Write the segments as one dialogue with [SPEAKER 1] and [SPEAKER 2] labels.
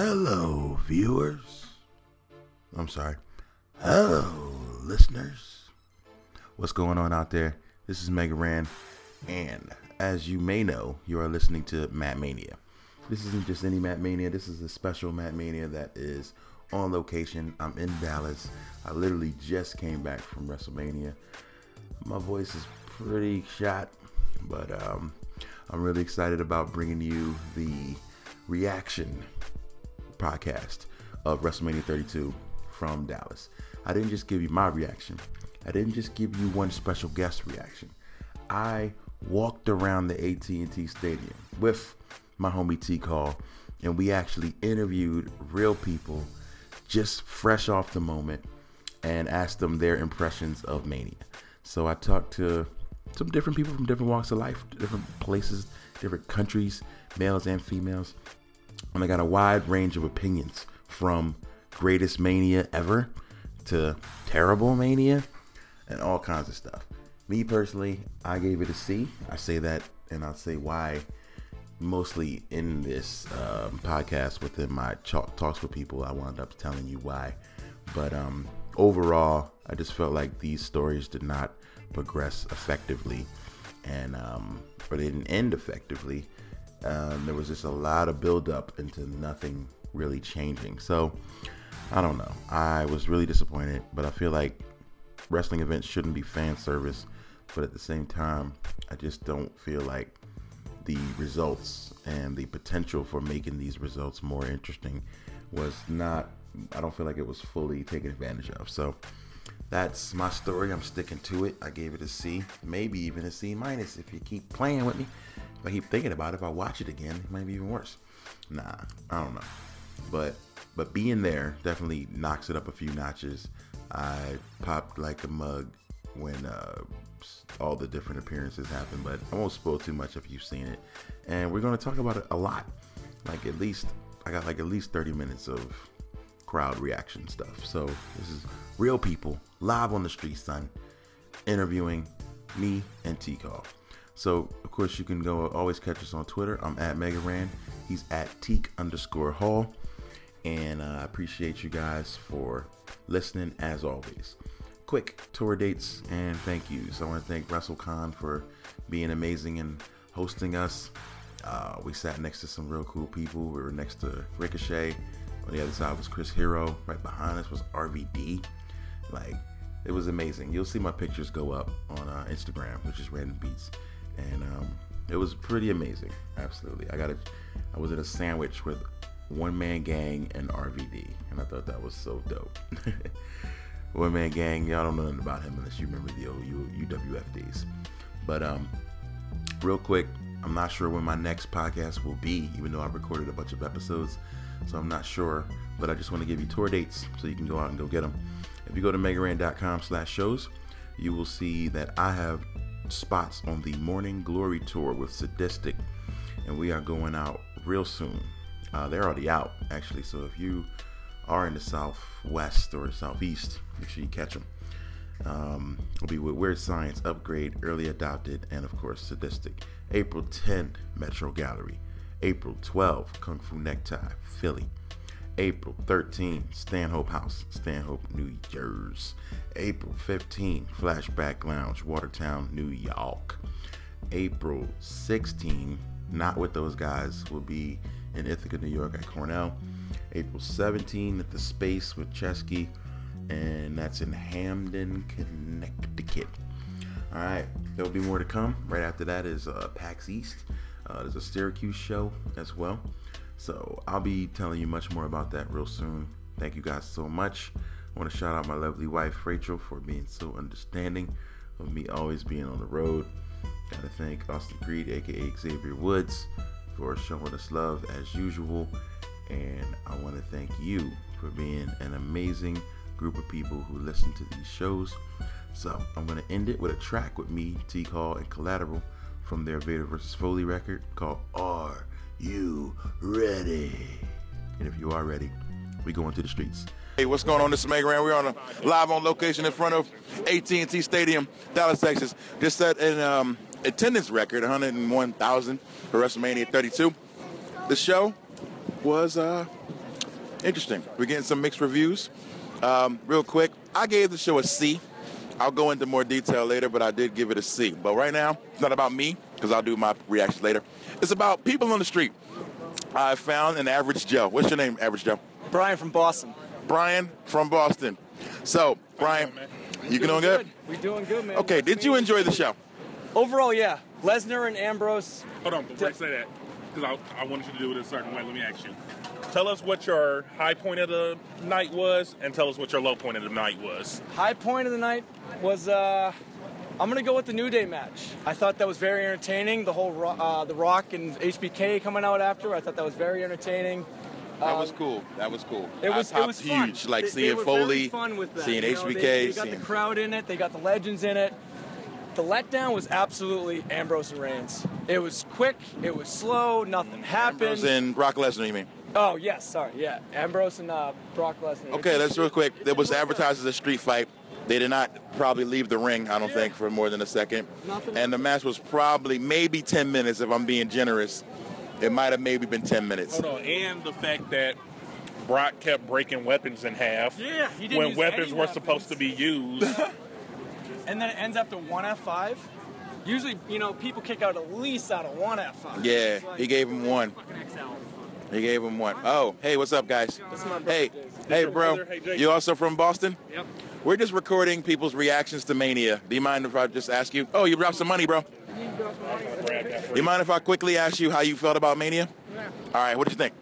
[SPEAKER 1] Hello, viewers. I'm sorry. Hello, listeners. What's going on out there? This is Mega Ran, and as you may know, you are listening to Matt Mania. This isn't just any Matt Mania, this is a special Matt Mania that is on location. I'm in Dallas. I literally just came back from WrestleMania. My voice is pretty shot, but um, I'm really excited about bringing you the reaction podcast of WrestleMania 32 from Dallas. I didn't just give you my reaction. I didn't just give you one special guest reaction. I walked around the AT&T Stadium with my homie T Call and we actually interviewed real people just fresh off the moment and asked them their impressions of Mania. So I talked to some different people from different walks of life, different places, different countries, males and females and I got a wide range of opinions from greatest mania ever to terrible mania and all kinds of stuff. Me personally, I gave it a C. I say that and I'll say why mostly in this um, podcast within my chalk talks with people. I wound up telling you why. But um, overall, I just felt like these stories did not progress effectively and um, or they didn't end effectively. Um, there was just a lot of buildup into nothing really changing. So I don't know. I was really disappointed, but I feel like wrestling events shouldn't be fan service. But at the same time, I just don't feel like the results and the potential for making these results more interesting was not. I don't feel like it was fully taken advantage of. So that's my story. I'm sticking to it. I gave it a C, maybe even a C minus if you keep playing with me. If I keep thinking about it, if I watch it again, it might be even worse. Nah, I don't know. But but being there definitely knocks it up a few notches. I popped like a mug when uh, all the different appearances happened, but I won't spoil too much if you've seen it. And we're gonna talk about it a lot. Like at least I got like at least 30 minutes of crowd reaction stuff. So this is real people live on the street, son, interviewing me and T Call. So, of course, you can go always catch us on Twitter. I'm at Megaran. He's at Teak underscore Hall. And uh, I appreciate you guys for listening as always. Quick tour dates and thank yous. I want to thank WrestleCon for being amazing and hosting us. Uh, we sat next to some real cool people. We were next to Ricochet. On the other side was Chris Hero. Right behind us was RVD. Like, it was amazing. You'll see my pictures go up on uh, Instagram, which is Random Beats and um, it was pretty amazing. Absolutely, I got a, I was in a sandwich with One Man Gang and RVD, and I thought that was so dope. One Man Gang, y'all don't know nothing about him unless you remember the old U- UWF days. But um, real quick, I'm not sure when my next podcast will be, even though I recorded a bunch of episodes, so I'm not sure. But I just want to give you tour dates so you can go out and go get them. If you go to megaran.com/shows, you will see that I have spots on the Morning Glory Tour with Sadistic, and we are going out real soon. Uh, they're already out, actually, so if you are in the Southwest or Southeast, make sure you catch them. Um, we'll be with Weird Science, Upgrade, Early Adopted, and of course Sadistic. April 10th, Metro Gallery. April 12th, Kung Fu Necktie, Philly. April 13th, Stanhope House, Stanhope, New Jersey. April 15th, Flashback Lounge, Watertown, New York. April 16th, Not With Those Guys will be in Ithaca, New York at Cornell.
[SPEAKER 2] April 17 at the Space with Chesky, and that's in Hamden, Connecticut. All right, there will be more to come. Right after that is uh, PAX East. Uh, there's a Syracuse show as well. So I'll be telling you much more about that real soon. Thank you guys so much. I want to shout out my lovely wife Rachel for being so understanding of me always being on the road. Gotta thank Austin Greed, aka Xavier Woods, for showing us love as usual. And I want to thank you for being an amazing group of people who listen to these shows. So I'm gonna end it with a track with me, T Call, and Collateral from their Vader vs. Foley record called Are You Ready? And if you are ready, we go into the streets.
[SPEAKER 1] Hey, what's going on? This is Megaran. We're on a live on location in front of AT&T Stadium, Dallas, Texas. Just set an um, attendance record, 101,000 for WrestleMania 32. The show was uh, interesting. We're getting some mixed reviews. Um, real quick, I gave the show a C. I'll go into more detail later, but I did give it a C. But right now, it's not about me because I'll do my reaction later. It's about people on the street. I found an average Joe. What's your name, average Joe?
[SPEAKER 3] Brian from Boston.
[SPEAKER 1] Brian from Boston. So, Brian, you doing good?
[SPEAKER 3] We're doing good, man.
[SPEAKER 1] Okay, did you enjoy the show?
[SPEAKER 3] Overall, yeah. Lesnar and Ambrose.
[SPEAKER 4] Hold on, before you say that, because I, I wanted you to do it a certain way. Let me ask you. Tell us what your high point of the night was, and tell us what your low point of the night was.
[SPEAKER 3] High point of the night was uh, I'm gonna go with the New Day match. I thought that was very entertaining. The whole Ro- uh, the Rock and HBK coming out after. I thought that was very entertaining. Um,
[SPEAKER 1] That was cool. That was cool.
[SPEAKER 3] It was,
[SPEAKER 1] I
[SPEAKER 3] it was
[SPEAKER 1] popped
[SPEAKER 3] fun.
[SPEAKER 1] huge. Like
[SPEAKER 3] They- they
[SPEAKER 1] seeing
[SPEAKER 3] were very
[SPEAKER 1] Foley,
[SPEAKER 3] fun with that,
[SPEAKER 1] seeing
[SPEAKER 3] you know,
[SPEAKER 1] HBK,
[SPEAKER 3] They, they got
[SPEAKER 1] seeing
[SPEAKER 3] the crowd in it. They got the legends in it. The letdown was absolutely Ambrose and Reigns. It was quick. It was slow. Nothing happened.
[SPEAKER 1] Ambrose and Brock Lesnar. You mean?
[SPEAKER 3] Oh yes, sorry, yeah, Ambrose and uh, Brock Lesnar.
[SPEAKER 1] Okay, let's real quick. It was advertised as a street fight. They did not probably leave the ring, I don't think, for more than a second.
[SPEAKER 3] Nothing.
[SPEAKER 1] And the match was probably maybe 10 minutes, if I'm being generous. It might have maybe been 10 minutes.
[SPEAKER 4] Hold on, and the fact that Brock kept breaking weapons in half.
[SPEAKER 3] Yeah, he didn't
[SPEAKER 4] when
[SPEAKER 3] use
[SPEAKER 4] weapons
[SPEAKER 3] any
[SPEAKER 4] were supposed to be used.
[SPEAKER 3] and then it ends up to one F five. Usually, you know, people kick out at least out of one F five.
[SPEAKER 1] Yeah, he gave him one. He gave him one. Oh, hey, what's up, guys? Hey, hey, bro. You also from Boston? Yep. We're just recording people's reactions to Mania. Do you mind if I just ask you? Oh, you dropped some money, bro. Do you mind if I quickly ask you how you felt about Mania? All right, what did you think?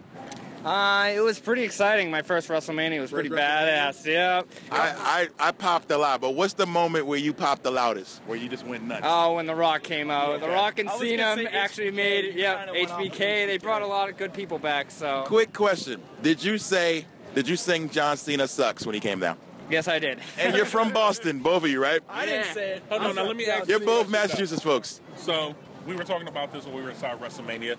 [SPEAKER 5] Uh, it was pretty exciting. My first WrestleMania was pretty badass. Yeah.
[SPEAKER 1] I, I, I popped a lot, but what's the moment where you popped the loudest?
[SPEAKER 4] where you just went nuts.
[SPEAKER 5] Oh, when The Rock came out, The Rock and
[SPEAKER 3] I was gonna
[SPEAKER 5] Cena
[SPEAKER 3] say
[SPEAKER 5] actually
[SPEAKER 3] HBK,
[SPEAKER 5] made
[SPEAKER 3] you
[SPEAKER 5] yeah
[SPEAKER 3] kinda went off
[SPEAKER 5] HBK.
[SPEAKER 3] on
[SPEAKER 5] They
[SPEAKER 3] HBK.
[SPEAKER 5] brought a lot of good people back. So
[SPEAKER 1] Quick question. Did you say, did you sing John Cena sucks when he came down?
[SPEAKER 5] yes, I did.
[SPEAKER 1] And you're from Boston, both of you, right?
[SPEAKER 3] I didn't say it.
[SPEAKER 4] Hold on,
[SPEAKER 3] I'm
[SPEAKER 4] now
[SPEAKER 3] so
[SPEAKER 4] let me
[SPEAKER 3] proud.
[SPEAKER 4] ask
[SPEAKER 1] You're both Massachusetts folks.
[SPEAKER 4] So we were talking about this when we were inside WrestleMania.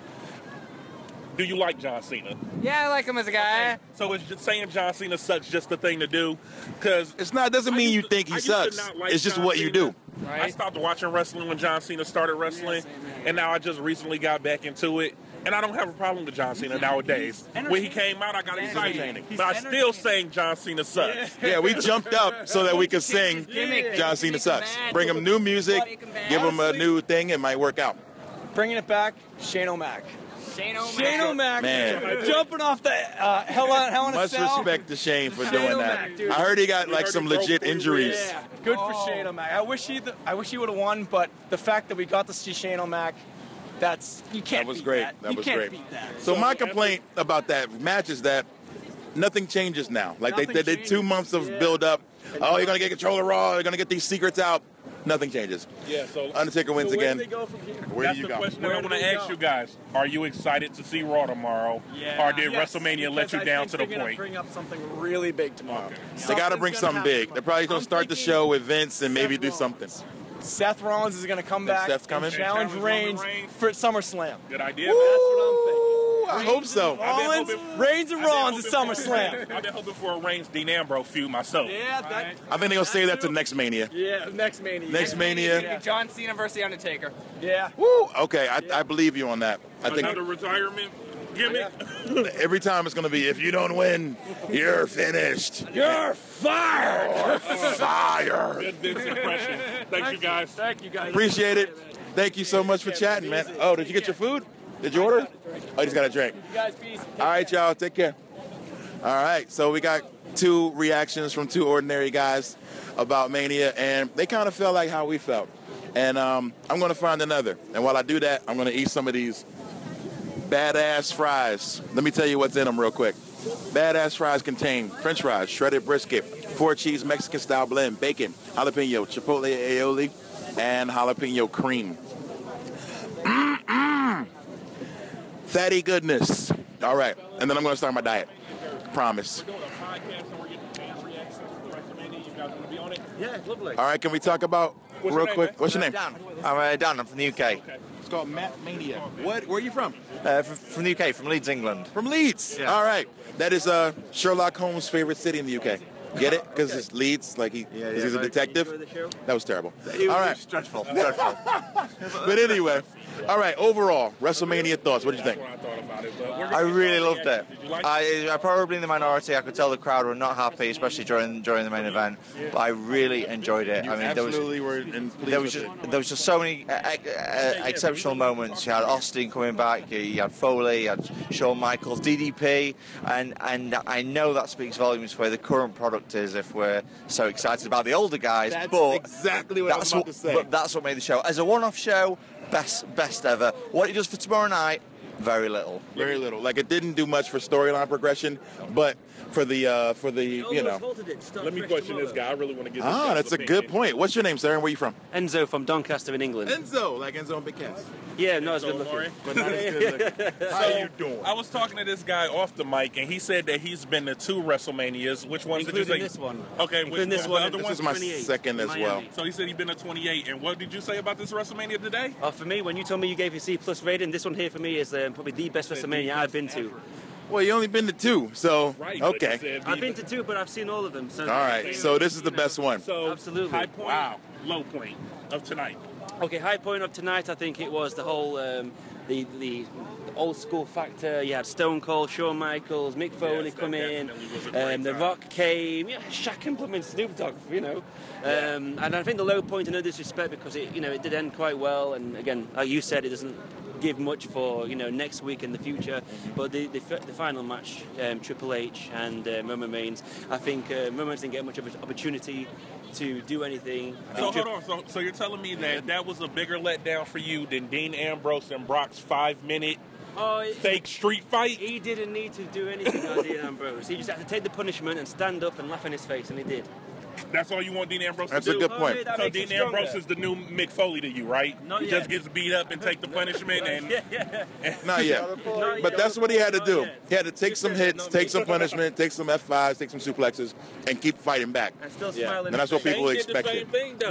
[SPEAKER 4] Do you like John Cena?
[SPEAKER 5] Yeah, I like him as a guy.
[SPEAKER 4] So is just saying John Cena sucks just the thing to do? Because
[SPEAKER 1] It's not. It doesn't mean you think he sucks. it's just what you do.
[SPEAKER 4] I
[SPEAKER 5] Right.
[SPEAKER 4] stopped watching wrestling when John Cena started wrestling, and now I just recently got back into it. And I don't have a problem with John Cena nowadays. When he came out, I got excited, but I still saying John Cena sucks.
[SPEAKER 1] Yeah, we jumped up so that we could sing John Cena sucks. Bring him new music, give him a new thing, it might work out.
[SPEAKER 3] Bringing it back, Shane O'Mac. Shane O'Mac. Shane O'Mac.
[SPEAKER 1] Man.
[SPEAKER 3] Jumping off the uh, hell on hell on a
[SPEAKER 1] Much
[SPEAKER 3] cell.
[SPEAKER 1] respect to Shane for
[SPEAKER 3] Shane
[SPEAKER 1] doing that.
[SPEAKER 3] O'Mac, dude.
[SPEAKER 1] I heard he got
[SPEAKER 4] We
[SPEAKER 1] like
[SPEAKER 4] heard
[SPEAKER 1] some
[SPEAKER 4] he broke
[SPEAKER 1] legit
[SPEAKER 4] three
[SPEAKER 1] injuries.
[SPEAKER 4] ribs.
[SPEAKER 3] Yeah, good
[SPEAKER 4] Oh.
[SPEAKER 3] for Shane O'Mac. I wish he, I wish he would have won, but the fact that we got to see Shane O'Mac, that's you can't.
[SPEAKER 1] That was
[SPEAKER 3] beat
[SPEAKER 1] great.
[SPEAKER 3] That,
[SPEAKER 1] That
[SPEAKER 3] you
[SPEAKER 1] was
[SPEAKER 3] can't
[SPEAKER 1] great.
[SPEAKER 3] Beat that.
[SPEAKER 1] So my complaint about that match is that nothing changes now. Like they, they
[SPEAKER 3] Nothing
[SPEAKER 1] did two
[SPEAKER 3] changes.
[SPEAKER 1] months of
[SPEAKER 3] Yeah.
[SPEAKER 1] build up. Oh, you're gonna get control of Raw. You're gonna get these secrets out. Nothing changes.
[SPEAKER 4] Yeah, so
[SPEAKER 1] Undertaker wins
[SPEAKER 3] So where
[SPEAKER 1] again.
[SPEAKER 3] do they go from here?
[SPEAKER 1] Where
[SPEAKER 4] That's
[SPEAKER 1] do you
[SPEAKER 4] the
[SPEAKER 1] go?
[SPEAKER 4] question
[SPEAKER 3] Where
[SPEAKER 4] that I
[SPEAKER 3] do
[SPEAKER 4] want to
[SPEAKER 3] they
[SPEAKER 4] ask
[SPEAKER 3] go?
[SPEAKER 4] you guys. Are you excited to see Raw tomorrow? Or did
[SPEAKER 3] Yes,
[SPEAKER 4] WrestleMania
[SPEAKER 3] because
[SPEAKER 4] let you
[SPEAKER 3] I
[SPEAKER 4] down
[SPEAKER 3] think
[SPEAKER 4] to the
[SPEAKER 3] they're gonna
[SPEAKER 4] point?
[SPEAKER 3] Bring up something really big tomorrow.
[SPEAKER 1] They
[SPEAKER 3] Something's
[SPEAKER 1] got to bring
[SPEAKER 3] gonna
[SPEAKER 1] something
[SPEAKER 3] happen
[SPEAKER 1] big.
[SPEAKER 3] tomorrow.
[SPEAKER 1] They're probably going
[SPEAKER 3] I'm
[SPEAKER 1] to start the
[SPEAKER 3] thinking
[SPEAKER 1] show with Vince and maybe do
[SPEAKER 3] Rollins.
[SPEAKER 1] something.
[SPEAKER 3] Seth Rollins is going to come
[SPEAKER 1] Think
[SPEAKER 3] back.
[SPEAKER 1] Seth's coming?
[SPEAKER 3] And
[SPEAKER 4] Challenge
[SPEAKER 3] challenge
[SPEAKER 4] Roman
[SPEAKER 3] Reigns
[SPEAKER 4] Reigns.
[SPEAKER 3] for SummerSlam.
[SPEAKER 4] Good idea.
[SPEAKER 1] Ooh, I hope so.
[SPEAKER 4] been
[SPEAKER 3] Rollins,
[SPEAKER 4] hoping-
[SPEAKER 3] Reigns, and
[SPEAKER 4] I've been
[SPEAKER 3] Rollins at
[SPEAKER 4] hoping for-
[SPEAKER 3] SummerSlam.
[SPEAKER 4] I've been hoping for a Reigns Dean Ambrose feud myself.
[SPEAKER 3] Yeah, that.
[SPEAKER 1] I think they're going to save that to next Mania.
[SPEAKER 3] Yeah, next mania.
[SPEAKER 1] Next Mania.
[SPEAKER 5] John Cena versus The Undertaker.
[SPEAKER 3] Yeah.
[SPEAKER 1] Woo! Okay, I, I believe you on that. I
[SPEAKER 4] Another
[SPEAKER 1] think
[SPEAKER 4] retirement gimmick.
[SPEAKER 1] every time it's going to be if you don't win, you're finished.
[SPEAKER 4] You're fired.
[SPEAKER 1] Oh, Fire.
[SPEAKER 4] Good Vince impression. Thank you guys.
[SPEAKER 3] Thank you guys.
[SPEAKER 1] Appreciate it. Thank you so much for chatting, man. Oh, did you get your food? Did you order? Oh, you just got a drink.
[SPEAKER 3] You guys, peace.
[SPEAKER 1] All right, y'all. Take care. All right, so we got two reactions from two ordinary guys about Mania, and they kind of felt like how we felt. And um, I'm going to find another. And while I do that, I'm going to eat some of these badass fries. Let me tell you what's in them real quick. Badass fries contain french fries, shredded brisket, four cheese Mexican style blend, bacon, jalapeno, chipotle aioli, and jalapeno cream. Mm-mm. Fatty goodness. All right. And then I'm going to start my diet. Promise.
[SPEAKER 6] Yeah, it's lovely.
[SPEAKER 1] All right, can we talk about
[SPEAKER 4] What's your
[SPEAKER 1] real
[SPEAKER 4] name,
[SPEAKER 1] quick?
[SPEAKER 4] man?
[SPEAKER 1] What's your name?
[SPEAKER 6] Dan. I'm uh, Dan. I'm from the UK.
[SPEAKER 1] It's called Map Mania. What? Where are you from?
[SPEAKER 6] Uh, from, from the UK, from Leeds, England.
[SPEAKER 1] From Leeds.
[SPEAKER 6] Yeah.
[SPEAKER 1] All right. That is uh, Sherlock Holmes' favorite city in the UK. Get it? Because it's Leeds. Like he,
[SPEAKER 6] Yeah,
[SPEAKER 1] 'cause
[SPEAKER 6] yeah,
[SPEAKER 1] he's a
[SPEAKER 6] like-
[SPEAKER 1] detective. That was terrible.
[SPEAKER 6] It was
[SPEAKER 1] All right.
[SPEAKER 6] stressful. stressful.
[SPEAKER 1] But anyway, all right. Overall, WrestleMania thoughts. What did you
[SPEAKER 4] That's
[SPEAKER 1] think?
[SPEAKER 4] what I thought about it. But we're gonna
[SPEAKER 6] I
[SPEAKER 4] get
[SPEAKER 6] really
[SPEAKER 4] some
[SPEAKER 6] loved it.
[SPEAKER 4] reactions. Did you like it?
[SPEAKER 6] I, I'm probably in the minority. I could tell the crowd were not happy, especially during during the main event. But I really enjoyed it. I mean, there was
[SPEAKER 1] Absolutely, were in
[SPEAKER 6] there was just there was just so many uh, uh, exceptional moments. You had Austin coming back, you had Foley, you had Shawn Michaels, DDP, and and I know that speaks volumes for where the current product is. If we're so excited about the older guys,
[SPEAKER 1] That's
[SPEAKER 6] but
[SPEAKER 1] exactly what I was
[SPEAKER 6] that's
[SPEAKER 1] about to say.
[SPEAKER 6] But that's what made the show as a one-off show, best best ever. What it does for tomorrow night, very little.
[SPEAKER 1] very little. Like it didn't do much for storyline progression, but for the uh, for the you know.
[SPEAKER 4] Let me question this guy. I really want to get. this
[SPEAKER 1] Ah,
[SPEAKER 4] guy's
[SPEAKER 1] that's a
[SPEAKER 4] opinion.
[SPEAKER 1] good point. What's your name, sir, and where you from?
[SPEAKER 7] Enzo from Doncaster in England.
[SPEAKER 1] Enzo, like Enzo and Big Cass.
[SPEAKER 7] yeah, not as
[SPEAKER 4] So,
[SPEAKER 7] good looking.
[SPEAKER 4] Lauren,
[SPEAKER 1] But not as good looking. How you doing?
[SPEAKER 4] I was talking to this guy off the mic, and he said that he's been to two WrestleManias. Which ones did you
[SPEAKER 7] Including
[SPEAKER 4] say?
[SPEAKER 7] this one.
[SPEAKER 4] Okay, which
[SPEAKER 7] Including this
[SPEAKER 4] one?
[SPEAKER 7] one
[SPEAKER 4] The
[SPEAKER 7] and
[SPEAKER 4] other
[SPEAKER 7] this
[SPEAKER 4] one.
[SPEAKER 1] This is my
[SPEAKER 7] 28,
[SPEAKER 1] second as
[SPEAKER 7] Miami.
[SPEAKER 1] well.
[SPEAKER 4] So he said he'd been to 28. And what did you say about this WrestleMania today?
[SPEAKER 7] Uh, for me, when you told me you gave your C plus rating, this one here for me is um, probably the best WrestleMania I've been to.
[SPEAKER 1] Well, you only been to two, so
[SPEAKER 4] Right. but he
[SPEAKER 1] okay.
[SPEAKER 4] said
[SPEAKER 7] I've been
[SPEAKER 4] the-
[SPEAKER 7] to two, but I've seen all of them. So
[SPEAKER 1] All right, so this is the best one.
[SPEAKER 4] So
[SPEAKER 7] Absolutely.
[SPEAKER 4] high point,
[SPEAKER 1] Wow.
[SPEAKER 4] low point of tonight.
[SPEAKER 7] Okay, high point of tonight, I think it was the whole um, the, the the old school factor. You had Stone Cold, Shawn Michaels, Mick
[SPEAKER 4] Yes,
[SPEAKER 7] Foley
[SPEAKER 4] that
[SPEAKER 7] come in,
[SPEAKER 4] definitely was a great
[SPEAKER 7] um, The
[SPEAKER 4] time.
[SPEAKER 7] Rock came, yeah, Shaq and Blum and Snoop Dogg, you know. Um, And I think the low point, in no disrespect, because it you know it did end quite well. And again, like you said, it doesn't give much for you know next week and the future. But the the, fi- the final match, um, Triple H and uh, Roman Reigns, I think uh, Roman Reigns didn't get much of an opportunity to do anything. I
[SPEAKER 4] So
[SPEAKER 7] think Tri-
[SPEAKER 4] hold on. So, so you're telling me
[SPEAKER 1] Mm-hmm.
[SPEAKER 4] that that was a bigger letdown for you than Dean Ambrose and Brock's five minute
[SPEAKER 7] Oh, it-
[SPEAKER 4] fake street fight?
[SPEAKER 7] He didn't need to do anything, Dean Ambrose. He just had to take the punishment and stand up and laugh in his face, and he did. Oh,
[SPEAKER 4] That's all you want Dean Ambrose
[SPEAKER 1] That's
[SPEAKER 4] to
[SPEAKER 1] a
[SPEAKER 4] do?
[SPEAKER 1] good point.
[SPEAKER 7] that
[SPEAKER 4] So
[SPEAKER 7] makes
[SPEAKER 4] Dean
[SPEAKER 7] him stronger.
[SPEAKER 4] Ambrose is the new Mick Foley to you, right?
[SPEAKER 7] Not
[SPEAKER 4] he
[SPEAKER 7] yet.
[SPEAKER 4] just gets beat up and take the punishment and
[SPEAKER 7] Yeah, yeah.
[SPEAKER 1] Not yet.
[SPEAKER 7] Not
[SPEAKER 1] But
[SPEAKER 7] yet.
[SPEAKER 1] that's what he had to
[SPEAKER 7] Not
[SPEAKER 1] do.
[SPEAKER 7] yet.
[SPEAKER 1] He had to take some
[SPEAKER 7] said
[SPEAKER 1] hits,
[SPEAKER 7] not
[SPEAKER 1] take
[SPEAKER 7] me.
[SPEAKER 1] some punishment, take some F5s, take some suplexes, and keep fighting back.
[SPEAKER 7] And still
[SPEAKER 1] Yeah.
[SPEAKER 7] smiling.
[SPEAKER 1] And that's what people expected.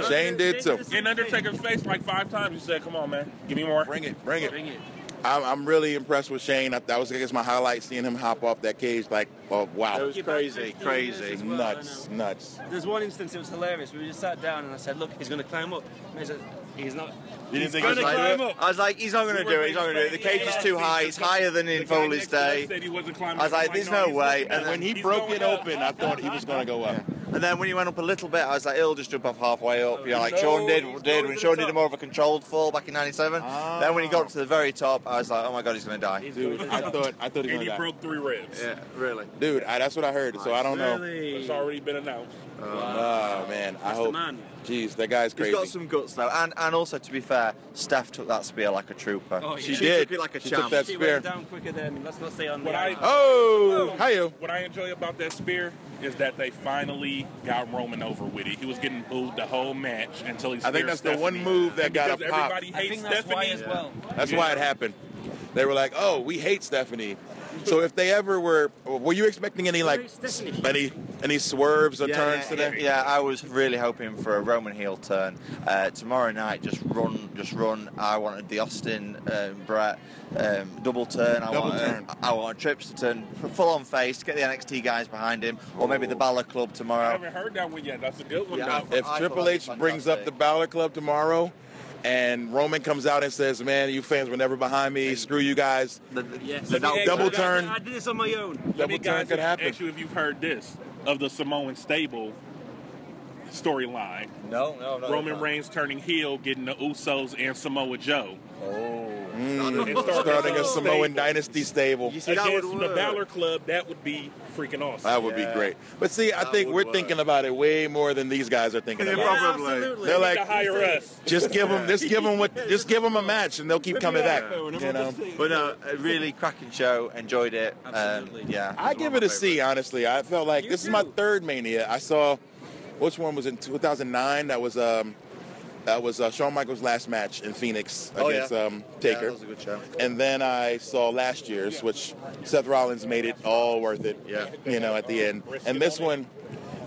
[SPEAKER 1] Shane did too.
[SPEAKER 4] in Undertaker's face like five times. You said, "Come on, man, give me more."
[SPEAKER 1] Bring it, bring it.
[SPEAKER 7] it.
[SPEAKER 1] I'm, I'm really impressed with Shane. I, that was, I guess, my highlight, seeing him hop off that cage. Like, oh,
[SPEAKER 6] It
[SPEAKER 1] wow.
[SPEAKER 6] was crazy, crazy.
[SPEAKER 7] Well, I
[SPEAKER 1] Nuts,
[SPEAKER 7] know.
[SPEAKER 1] nuts.
[SPEAKER 7] There's one instance it was hilarious. We just sat down and I said, "Look, he's going to climb up." And he said, He's not.
[SPEAKER 1] You didn't think
[SPEAKER 6] I
[SPEAKER 1] it
[SPEAKER 6] was,
[SPEAKER 1] was
[SPEAKER 6] like,
[SPEAKER 1] like
[SPEAKER 6] I was like, he's not going to do it. He's not going to do it. The cage is too high. It's higher than in
[SPEAKER 4] The guy
[SPEAKER 6] Foley's
[SPEAKER 4] next to us
[SPEAKER 6] day.
[SPEAKER 4] said he wasn't climbing
[SPEAKER 6] I was
[SPEAKER 4] up.
[SPEAKER 6] like,
[SPEAKER 4] I'm
[SPEAKER 6] there's
[SPEAKER 4] no,
[SPEAKER 6] no
[SPEAKER 4] he's
[SPEAKER 6] way.
[SPEAKER 4] looking
[SPEAKER 6] And
[SPEAKER 4] up.
[SPEAKER 6] then,
[SPEAKER 1] When he
[SPEAKER 4] He's
[SPEAKER 1] broke
[SPEAKER 4] going
[SPEAKER 1] it
[SPEAKER 4] up.
[SPEAKER 1] open, I thought he was going to go up.
[SPEAKER 6] and then when he went up a little bit, I was like, he'll just jump off halfway up. You know, like Sean did.
[SPEAKER 7] he's
[SPEAKER 6] Did
[SPEAKER 7] going
[SPEAKER 6] when
[SPEAKER 7] to
[SPEAKER 6] Sean
[SPEAKER 7] the
[SPEAKER 6] did
[SPEAKER 7] top.
[SPEAKER 6] more of a controlled fall back in '97.
[SPEAKER 4] Ah.
[SPEAKER 6] Then when he got to the very top, I was like, oh my god, he's going to die.
[SPEAKER 1] Dude, I thought, I thought he
[SPEAKER 4] And
[SPEAKER 1] was
[SPEAKER 4] he
[SPEAKER 1] going to
[SPEAKER 4] broke three ribs.
[SPEAKER 6] Yeah, really.
[SPEAKER 1] Dude, I, that's what I heard, so I don't know.
[SPEAKER 4] It's already been announced.
[SPEAKER 1] Oh, man. I
[SPEAKER 7] the
[SPEAKER 1] hope.
[SPEAKER 7] man.
[SPEAKER 1] Jeez, that guy's
[SPEAKER 6] He's
[SPEAKER 1] crazy.
[SPEAKER 6] got some guts though, and and also to be fair, Steph took that spear like a trooper.
[SPEAKER 7] Oh, yeah.
[SPEAKER 6] She,
[SPEAKER 7] She
[SPEAKER 6] did.
[SPEAKER 1] took it like a
[SPEAKER 6] she
[SPEAKER 1] champ.
[SPEAKER 6] Took that
[SPEAKER 7] She
[SPEAKER 1] Spear.
[SPEAKER 7] went down quicker than. Let's not say on
[SPEAKER 4] What
[SPEAKER 7] the.
[SPEAKER 4] I-
[SPEAKER 1] Oh, hiyo.
[SPEAKER 4] What I enjoy about that spear is that they finally got Roman over with it. He was getting booed the whole match until he.
[SPEAKER 1] I think
[SPEAKER 4] speared
[SPEAKER 1] that's the one
[SPEAKER 4] Stephanie.
[SPEAKER 1] move that
[SPEAKER 4] And
[SPEAKER 1] got
[SPEAKER 4] because
[SPEAKER 1] a pop.
[SPEAKER 4] Everybody hates
[SPEAKER 7] I think that's
[SPEAKER 4] Stephanie.
[SPEAKER 7] why as well.
[SPEAKER 1] That's why it happened. They were like, "Oh, we hate Stephanie." So if they ever were, were you expecting any like
[SPEAKER 7] Stephanie.
[SPEAKER 1] any any swerves or
[SPEAKER 6] Yeah,
[SPEAKER 1] turns
[SPEAKER 6] yeah,
[SPEAKER 1] today?
[SPEAKER 6] yeah, yeah, I was really hoping for a Roman heel turn uh, tomorrow night. Just run, just run. I wanted the Austin um, Brett um, double turn. I
[SPEAKER 1] Double
[SPEAKER 6] wanted,
[SPEAKER 1] turn.
[SPEAKER 6] I wanted Trips to turn full on face. Get the NXT guys behind him, or maybe the Balor Club
[SPEAKER 4] I
[SPEAKER 6] tomorrow.
[SPEAKER 4] haven't heard that one yet. That's a good one.
[SPEAKER 6] Yeah.
[SPEAKER 4] though.
[SPEAKER 1] If
[SPEAKER 6] I thought
[SPEAKER 1] Triple
[SPEAKER 6] that'd
[SPEAKER 1] H
[SPEAKER 6] be
[SPEAKER 1] brings up the
[SPEAKER 6] fantastic.
[SPEAKER 1] Balor Club tomorrow, and Roman comes out and says, "Man, you fans were never behind me. Screw you guys."
[SPEAKER 7] Yes.
[SPEAKER 1] The
[SPEAKER 4] me
[SPEAKER 1] double
[SPEAKER 4] ask you-
[SPEAKER 1] turn,
[SPEAKER 7] I did this on my own.
[SPEAKER 4] Let
[SPEAKER 1] double
[SPEAKER 4] me
[SPEAKER 1] turn
[SPEAKER 4] guys
[SPEAKER 1] could happen.
[SPEAKER 4] ask you if you've heard this of the Samoan stable storyline.
[SPEAKER 6] No, no, no.
[SPEAKER 4] Roman Reigns turning heel, getting the Usos and Samoa Joe.
[SPEAKER 6] Oh.
[SPEAKER 4] And start
[SPEAKER 1] Mm. Starting
[SPEAKER 4] his
[SPEAKER 1] a
[SPEAKER 4] own
[SPEAKER 1] Samoan
[SPEAKER 4] stable
[SPEAKER 1] dynasty stable.
[SPEAKER 6] see, that
[SPEAKER 4] against
[SPEAKER 6] would
[SPEAKER 4] the
[SPEAKER 6] work.
[SPEAKER 4] Balor Club. That would be freaking awesome.
[SPEAKER 1] That would be great. But see, I
[SPEAKER 6] That
[SPEAKER 1] think
[SPEAKER 6] would
[SPEAKER 1] we're
[SPEAKER 6] work.
[SPEAKER 1] thinking about it way more than these guys are thinking
[SPEAKER 2] Yeah,
[SPEAKER 1] about. it.
[SPEAKER 2] probably.
[SPEAKER 1] They're
[SPEAKER 4] They need
[SPEAKER 1] like-
[SPEAKER 4] to hire us.
[SPEAKER 1] Just give them, just give them what, just give them a match, and they'll keep coming back. You know,
[SPEAKER 6] But no, a really cracking show. Enjoyed it. Um,
[SPEAKER 7] Absolutely.
[SPEAKER 6] yeah.
[SPEAKER 1] I
[SPEAKER 6] it's one
[SPEAKER 1] give
[SPEAKER 6] of
[SPEAKER 1] it
[SPEAKER 6] my
[SPEAKER 1] a C. Honestly, I felt like this is my third Mania. I saw, which one was in 2009? That was um, that was uh, Shawn Michaels' last match in Phoenix
[SPEAKER 6] Oh,
[SPEAKER 1] against
[SPEAKER 6] yeah.
[SPEAKER 1] um,
[SPEAKER 6] Yeah,
[SPEAKER 1] Taker.
[SPEAKER 6] that was a good show.
[SPEAKER 1] And then I saw last year's, which Seth Rollins made it all worth it.
[SPEAKER 6] Yeah.
[SPEAKER 1] You know, at the end. And this one,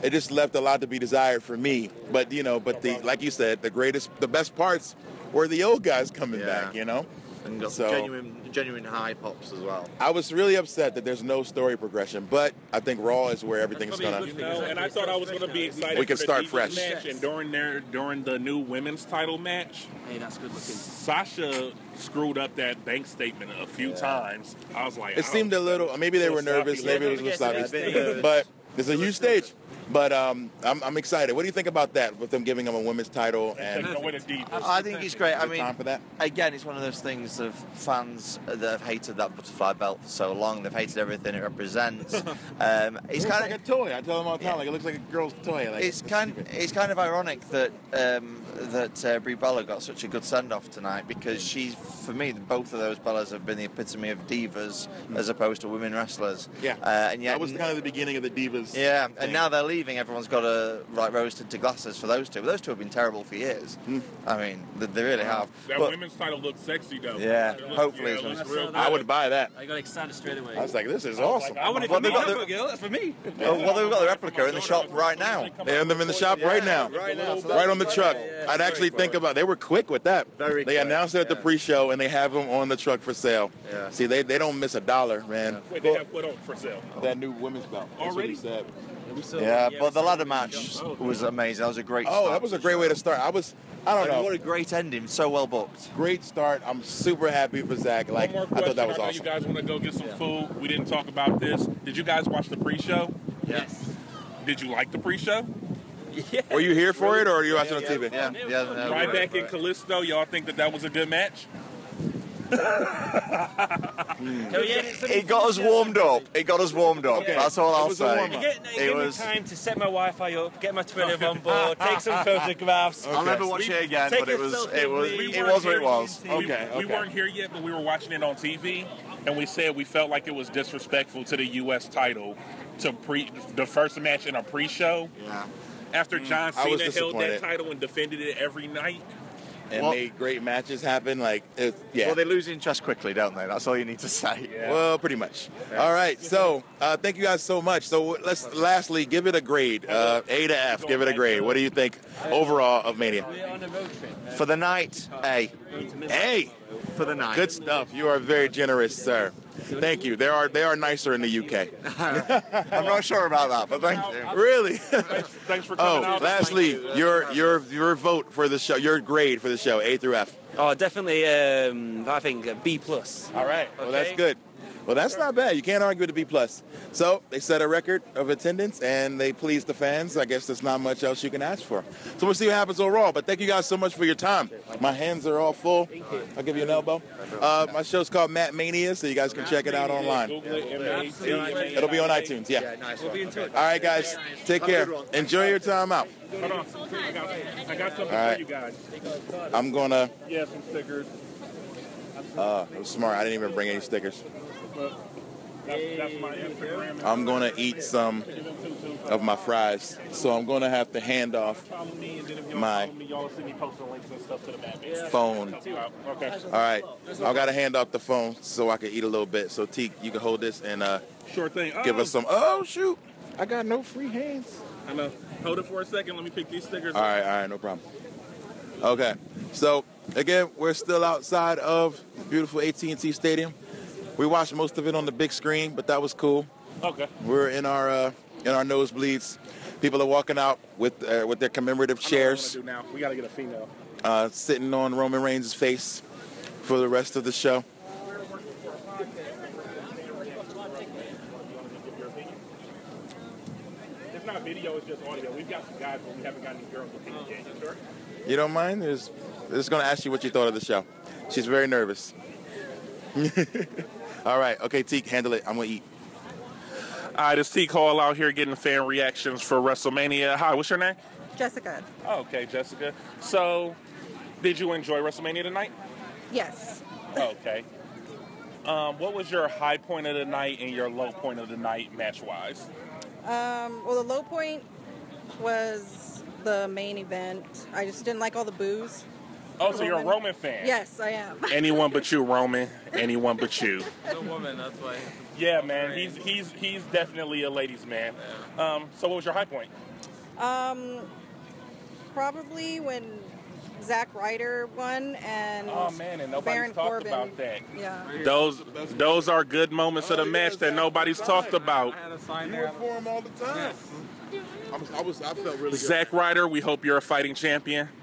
[SPEAKER 1] it just left a lot to be desired for me. But you know, but the like you said, the greatest, the best parts were the old guys coming
[SPEAKER 6] Yeah.
[SPEAKER 1] back. You know.
[SPEAKER 6] And got
[SPEAKER 1] So-
[SPEAKER 6] genuine, genuine high pops as well.
[SPEAKER 1] I was really upset that there's no story progression, but I think Raw is where everything's gonna.
[SPEAKER 4] You know, and I thought I was going to be excited.
[SPEAKER 1] We can
[SPEAKER 4] for the
[SPEAKER 1] start
[SPEAKER 4] Divas
[SPEAKER 1] fresh.
[SPEAKER 4] Match, and during their during the new women's title match,
[SPEAKER 7] Hey, that's good looking.
[SPEAKER 4] Sasha screwed up that bank statement a few times. I was like, I
[SPEAKER 1] It seemed a
[SPEAKER 4] don't-
[SPEAKER 1] little. Maybe they were
[SPEAKER 4] Little sloppy.
[SPEAKER 1] nervous. Maybe it was a little
[SPEAKER 6] Yeah,
[SPEAKER 1] sloppy.
[SPEAKER 6] a bit nervous.
[SPEAKER 1] But it's a huge stage. But um, I'm, I'm excited. What do you think about that? With them giving them a women's title and
[SPEAKER 4] No way to deep.
[SPEAKER 6] I think it's great. I
[SPEAKER 1] Is it
[SPEAKER 6] mean,
[SPEAKER 1] time for that?
[SPEAKER 6] again, it's one of those things of fans that have hated that butterfly belt for so long. They've hated everything it represents. um, it's
[SPEAKER 1] It looks like
[SPEAKER 6] kind of
[SPEAKER 1] a toy. I tell them all the time, like it looks like a girl's toy. Like
[SPEAKER 6] it's kind it's kind of ironic that um, that uh, Brie Bella got such a good send off tonight because she's for me both of those Bellas have been the epitome of divas as opposed to women wrestlers.
[SPEAKER 1] Hmm. yeah.
[SPEAKER 6] uh, and yet
[SPEAKER 1] that was kind of the beginning of the divas.
[SPEAKER 6] yeah,
[SPEAKER 1] thing.
[SPEAKER 6] and now they're leaving. Everyone's got a right rose tinted glasses for those two. Those two have been terrible for years.
[SPEAKER 1] Hmm.
[SPEAKER 6] I mean, they, they really have.
[SPEAKER 4] That
[SPEAKER 6] But-
[SPEAKER 4] women's title looked sexy though.
[SPEAKER 6] Yeah,
[SPEAKER 4] It looked-
[SPEAKER 6] hopefully
[SPEAKER 4] yeah,
[SPEAKER 6] it's
[SPEAKER 4] it looks
[SPEAKER 6] gonna-
[SPEAKER 4] real good.
[SPEAKER 1] I would buy that.
[SPEAKER 7] I got excited straight away.
[SPEAKER 1] I was like, this is awesome.
[SPEAKER 7] I want it
[SPEAKER 6] Well,
[SPEAKER 7] for me.
[SPEAKER 6] they got
[SPEAKER 7] That's
[SPEAKER 6] the-
[SPEAKER 7] for girl. That's for me.
[SPEAKER 6] Oh, well, they've got the replica in the shop right now.
[SPEAKER 1] They have them in the shop right now, right,
[SPEAKER 6] now.
[SPEAKER 1] on the truck. I'd actually think about. They were quick with that.
[SPEAKER 6] Very
[SPEAKER 1] They
[SPEAKER 6] quick,
[SPEAKER 1] announced it at the
[SPEAKER 6] yeah.
[SPEAKER 1] pre-show, and they have them on the truck for sale.
[SPEAKER 6] Yeah.
[SPEAKER 1] See, they, they don't miss a dollar, man.
[SPEAKER 4] Wait, they have what on for sale?
[SPEAKER 1] That new women's belt. That's what
[SPEAKER 4] Already?
[SPEAKER 1] he said.
[SPEAKER 6] Yeah, but the ladder match was amazing. That was a great.
[SPEAKER 1] Oh,
[SPEAKER 6] start
[SPEAKER 1] that was
[SPEAKER 6] to
[SPEAKER 1] a
[SPEAKER 6] the
[SPEAKER 1] great
[SPEAKER 6] show.
[SPEAKER 1] way to start. I was, I
[SPEAKER 6] I
[SPEAKER 1] don't
[SPEAKER 6] mean, what
[SPEAKER 1] know,
[SPEAKER 6] a great ending! So well booked.
[SPEAKER 1] great start. I'm super happy for Zach. Like,
[SPEAKER 4] One more
[SPEAKER 1] I
[SPEAKER 4] question.
[SPEAKER 1] thought that was
[SPEAKER 4] know
[SPEAKER 1] awesome.
[SPEAKER 4] You guys want to go get some food? We didn't talk about this. Did you guys watch the pre-show?
[SPEAKER 7] Yes.
[SPEAKER 4] Did you like the pre-show?
[SPEAKER 7] Yeah.
[SPEAKER 1] Were you here for it, or are you watching on TV?
[SPEAKER 6] Yeah, yeah. no,
[SPEAKER 4] Right
[SPEAKER 6] we're-
[SPEAKER 4] back in Callisto, y'all think that that was a good match?
[SPEAKER 7] Oh, yeah.
[SPEAKER 6] It got us warmed up. It got us warmed up.
[SPEAKER 1] Okay.
[SPEAKER 6] That's all
[SPEAKER 1] It
[SPEAKER 6] I'll
[SPEAKER 1] was a
[SPEAKER 6] say.
[SPEAKER 1] warm-up.
[SPEAKER 7] It, gave
[SPEAKER 6] was.
[SPEAKER 7] me time to set my Wi-Fi up, get my Twitter on board, take some photographs.
[SPEAKER 6] I'll never watch it again,
[SPEAKER 7] Take
[SPEAKER 6] but it
[SPEAKER 7] a
[SPEAKER 6] was.
[SPEAKER 7] selfie
[SPEAKER 6] It was.
[SPEAKER 7] with me.
[SPEAKER 6] It was what it was.
[SPEAKER 4] We-
[SPEAKER 1] Okay,
[SPEAKER 4] We
[SPEAKER 1] okay.
[SPEAKER 4] weren't here yet, but we were watching it on TV, and we said we felt like it was disrespectful to the U.S. title to pre the first match in a pre-show.
[SPEAKER 6] Yeah.
[SPEAKER 4] After John
[SPEAKER 1] Mm. I
[SPEAKER 4] Cena held
[SPEAKER 1] was disappointed.
[SPEAKER 4] that title and defended it every night,
[SPEAKER 1] And
[SPEAKER 6] Well-
[SPEAKER 1] made great matches happen. Like, it, yeah.
[SPEAKER 6] Well, they lose interest quickly, don't they? That's all you need to say.
[SPEAKER 1] Well, pretty much. All right. So, uh, thank you guys so much. So, let's lastly give it a grade, uh, A to F. Give it a grade. What do you think overall of Mania?
[SPEAKER 7] We're on a road trip.
[SPEAKER 6] For the night, A.
[SPEAKER 1] Hey,
[SPEAKER 6] For the night.
[SPEAKER 1] good stuff. You are very generous, sir. Thank you. They are they are nicer in the UK.
[SPEAKER 6] I'm not sure about that, but thank you.
[SPEAKER 1] Really?
[SPEAKER 4] thanks for
[SPEAKER 1] Oh,
[SPEAKER 4] coming out.
[SPEAKER 1] lastly, your your your vote for the show, your grade for the show, A through F.
[SPEAKER 7] Oh, definitely. Um, I think a B plus.
[SPEAKER 1] All right. Well, that's
[SPEAKER 7] Okay.
[SPEAKER 1] good. Well, that's not bad. You can't argue with a B plus. So they set a record of attendance and they pleased the fans. I guess there's not much else you can ask for. So we'll see what happens overall. But thank you guys so much for your time. My hands are all full. I'll give you an elbow. Uh, my show's called Matt Mania, so you guys can check it out online.
[SPEAKER 4] Google it, M-A-T.
[SPEAKER 1] It'll be on iTunes. Yeah.
[SPEAKER 6] nice.
[SPEAKER 7] We'll be in touch.
[SPEAKER 1] All right, guys. Take care. Enjoy your time out.
[SPEAKER 4] Hold on. I got, I got something
[SPEAKER 1] All right.
[SPEAKER 4] for you guys.
[SPEAKER 1] I'm gonna.
[SPEAKER 4] Yeah, some stickers.
[SPEAKER 1] It was Uh, smart. I didn't even bring any stickers.
[SPEAKER 4] That's, that's my Instagram.
[SPEAKER 1] I'm gonna eat some of my fries, so I'm gonna have to hand off
[SPEAKER 4] Follow me, and then if y'all
[SPEAKER 1] My-
[SPEAKER 4] follow me, y'all will see me posting links and stuff to the back.
[SPEAKER 1] phone.
[SPEAKER 4] Okay.
[SPEAKER 1] All right, I gotta hand off the phone so I can eat a little bit. So Teak, you can hold this and uh,
[SPEAKER 4] Sure thing.
[SPEAKER 1] give
[SPEAKER 4] Oh,
[SPEAKER 1] us some. Oh shoot, I got no free hands.
[SPEAKER 4] I know. Hold it for a second. Let me pick these stickers.
[SPEAKER 1] All right, all right, no problem. Okay, so again, we're still outside of beautiful AT&T Stadium. We watched most of it on the big screen, but that was cool.
[SPEAKER 4] Okay.
[SPEAKER 1] We're in our uh, in our nosebleeds. People are walking out with uh, with their commemorative chairs.
[SPEAKER 4] I know what I wanna do now. We got to get a female.
[SPEAKER 1] uh, sitting on Roman Reigns' face for the rest of the show.
[SPEAKER 4] It's not video. It's just audio. We've got some guys, but we haven't got any girls. opinions yet. You sure?
[SPEAKER 1] You don't mind? There's, just gonna ask you what you thought of the show. She's very nervous. All right. Okay, Teak, handle it. I'm going to eat.
[SPEAKER 4] All right, it's T Cole out here getting fan reactions for WrestleMania. Hi, what's your name?
[SPEAKER 8] Jessica.
[SPEAKER 4] Oh, Okay, Jessica. So, did you enjoy WrestleMania tonight?
[SPEAKER 8] Yes.
[SPEAKER 4] Okay. Um, what was your high point of the night and your low point of the night match wise?
[SPEAKER 8] Um, well, the low point was the main event. I just didn't like all the booze.
[SPEAKER 4] Oh, so you're a Roman fan?
[SPEAKER 8] Yes, I am.
[SPEAKER 4] Anyone but you, Roman. Anyone but you.
[SPEAKER 9] The woman, that's why.
[SPEAKER 4] Yeah, man. He's he's he's definitely a ladies' man. Um, so, what was your high point?
[SPEAKER 8] Um, probably when Zack Ryder won and
[SPEAKER 4] Oh, man, and nobody's
[SPEAKER 8] Baron
[SPEAKER 4] talked
[SPEAKER 8] Corbin.
[SPEAKER 4] about that.
[SPEAKER 8] Yeah.
[SPEAKER 4] Those those are good moments of the match that nobody's talked about.
[SPEAKER 1] You were for him all the time. I, was, I was. I felt really.
[SPEAKER 4] Zack Ryder, we hope you're a fighting champion.
[SPEAKER 1] Good.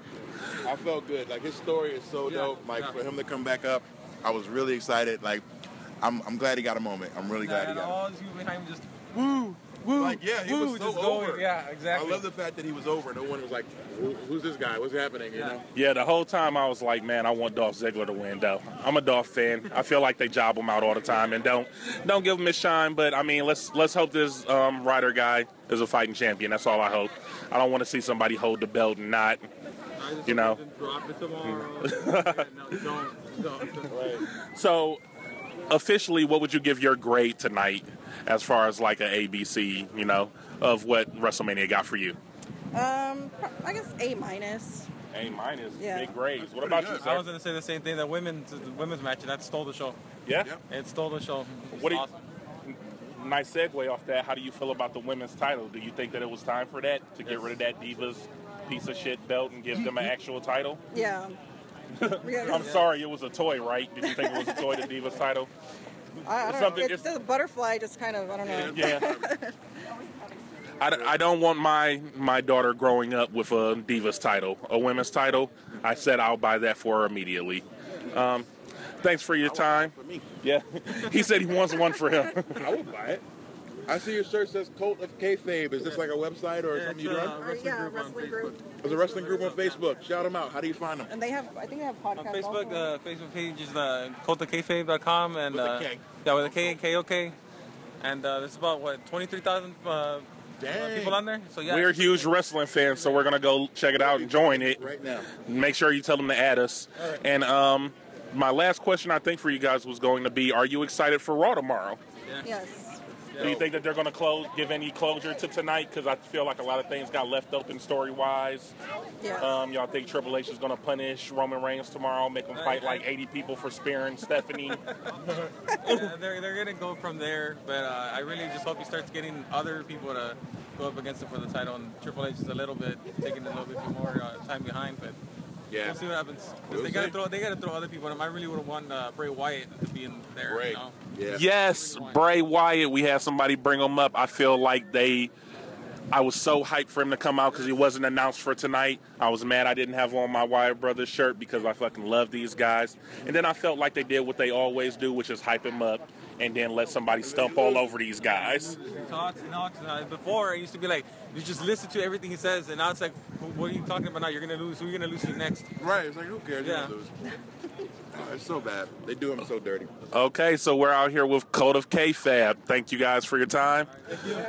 [SPEAKER 1] I felt good. Like his story is so dope. Like for him to come back up, I was really excited. Like, I'm. I'm glad he got a moment. I'm really glad he
[SPEAKER 9] and
[SPEAKER 1] got.
[SPEAKER 9] all these people behind me just woo, woo.
[SPEAKER 1] Like yeah, he
[SPEAKER 9] woo,
[SPEAKER 1] was so
[SPEAKER 9] just
[SPEAKER 1] over.
[SPEAKER 9] Going. Yeah, exactly.
[SPEAKER 1] I love the fact that he was over. No one was like, "Who- "Who's this guy? What's happening?" You know.
[SPEAKER 4] Yeah, the whole time I was like, man, I want Dolph Ziggler to win. Though I'm a Dolph fan, I feel like they job him out all the time and don't don't give him his shine. But I mean, let's let's hope this um, Ryder guy is a fighting champion. That's all I hope. I don't want to see somebody hold the belt and not, you know.
[SPEAKER 9] Drop it tomorrow. no, don't, don't.
[SPEAKER 4] So, officially, what would you give your grade tonight as far as like an ABC, you know, of what WrestleMania got for you?
[SPEAKER 8] Um, I guess A minus.
[SPEAKER 4] A minus,
[SPEAKER 8] Yeah.
[SPEAKER 4] big grades. What about you,
[SPEAKER 9] I
[SPEAKER 4] sir?
[SPEAKER 9] was gonna say the same thing. The women's the women's match and that stole the show.
[SPEAKER 4] Yeah.
[SPEAKER 9] It stole the show.
[SPEAKER 4] What do you-
[SPEAKER 9] awesome.
[SPEAKER 4] Nice segue off that. How do you feel about the women's title? Do you think that it was time for that to get rid of that divas piece of shit belt and give them an actual title?
[SPEAKER 8] Yeah. Yeah,
[SPEAKER 4] I'm sorry, it was a toy, right? Did you think it was a toy, the divas title?
[SPEAKER 8] I, I don't
[SPEAKER 4] Something-
[SPEAKER 8] know. It's, the butterfly just kind of, I don't know.
[SPEAKER 4] Yeah. I, I don't want my my daughter growing up with a divas title, a women's title. I said I'll buy that for her immediately. Um, thanks for your time.
[SPEAKER 1] For me,
[SPEAKER 4] Yeah, he said he wants one for him.
[SPEAKER 1] I would buy it. I see your shirt says "Cult of Kayfabe." Is this like a website or something you run?
[SPEAKER 8] Or, yeah, wrestling group.
[SPEAKER 1] There's a wrestling group on Facebook. Shout them out. How do you find them?
[SPEAKER 8] And they have, I think they have
[SPEAKER 9] On
[SPEAKER 8] podcasts.
[SPEAKER 9] Facebook,
[SPEAKER 8] also.
[SPEAKER 9] the Facebook page is uh, cultofkayfabe.com and
[SPEAKER 1] With a
[SPEAKER 9] uh,
[SPEAKER 1] K.
[SPEAKER 9] yeah, with a K and K O K, and uh, there's about what 23,000 uh,
[SPEAKER 1] Dang.
[SPEAKER 9] people on there. So yeah,
[SPEAKER 4] We're huge wrestling fans, so we're gonna go check it out and join it.
[SPEAKER 1] Right now.
[SPEAKER 4] Make sure you tell them to add us. And um, my last question, I think for you guys was going to be: Are you excited for Raw tomorrow?
[SPEAKER 8] Yes.
[SPEAKER 4] Do you think that they're going to close, give any closure to tonight? Because I feel like a lot of things got left open story wise.
[SPEAKER 8] Yeah.
[SPEAKER 4] Um, y'all think Triple H is going to punish Roman Reigns tomorrow, make him fight like 80 people for spearing Stephanie?
[SPEAKER 9] yeah, they're they're gonna go from there. But uh, I really just hope he starts getting other people to go up against him for the title. And Triple H is a little bit taking a little bit more uh, time behind, but.
[SPEAKER 1] Yeah.
[SPEAKER 9] We'll see what happens. 'Cause
[SPEAKER 1] We'll
[SPEAKER 9] they gotta
[SPEAKER 1] see.
[SPEAKER 9] throw. They gotta throw other people. in 'em. I really would have won uh, Bray Wyatt to be in there.
[SPEAKER 1] Great.
[SPEAKER 9] You know?
[SPEAKER 1] Yeah.
[SPEAKER 4] Yes, Bray Wyatt. We had somebody bring him up. I feel like they. I was so hyped for him to come out because he wasn't announced for tonight. I was mad I didn't have on my Wyatt Brothers shirt because I fucking love these guys. And then I felt like they did what they always do, which is hype him up and then let somebody stump all over these guys.
[SPEAKER 9] talks and talks. And talks. uh, Before, I used to be like, you just listen to everything he says, and now it's like, wh- what are you talking about now? You're gonna lose. Who are you gonna lose to next?
[SPEAKER 1] Right. It's like who cares?
[SPEAKER 9] Yeah.
[SPEAKER 1] You lose. Oh, it's so bad. They do him so dirty.
[SPEAKER 4] Okay, so we're out here with Code of K Fab. Thank you guys for your time.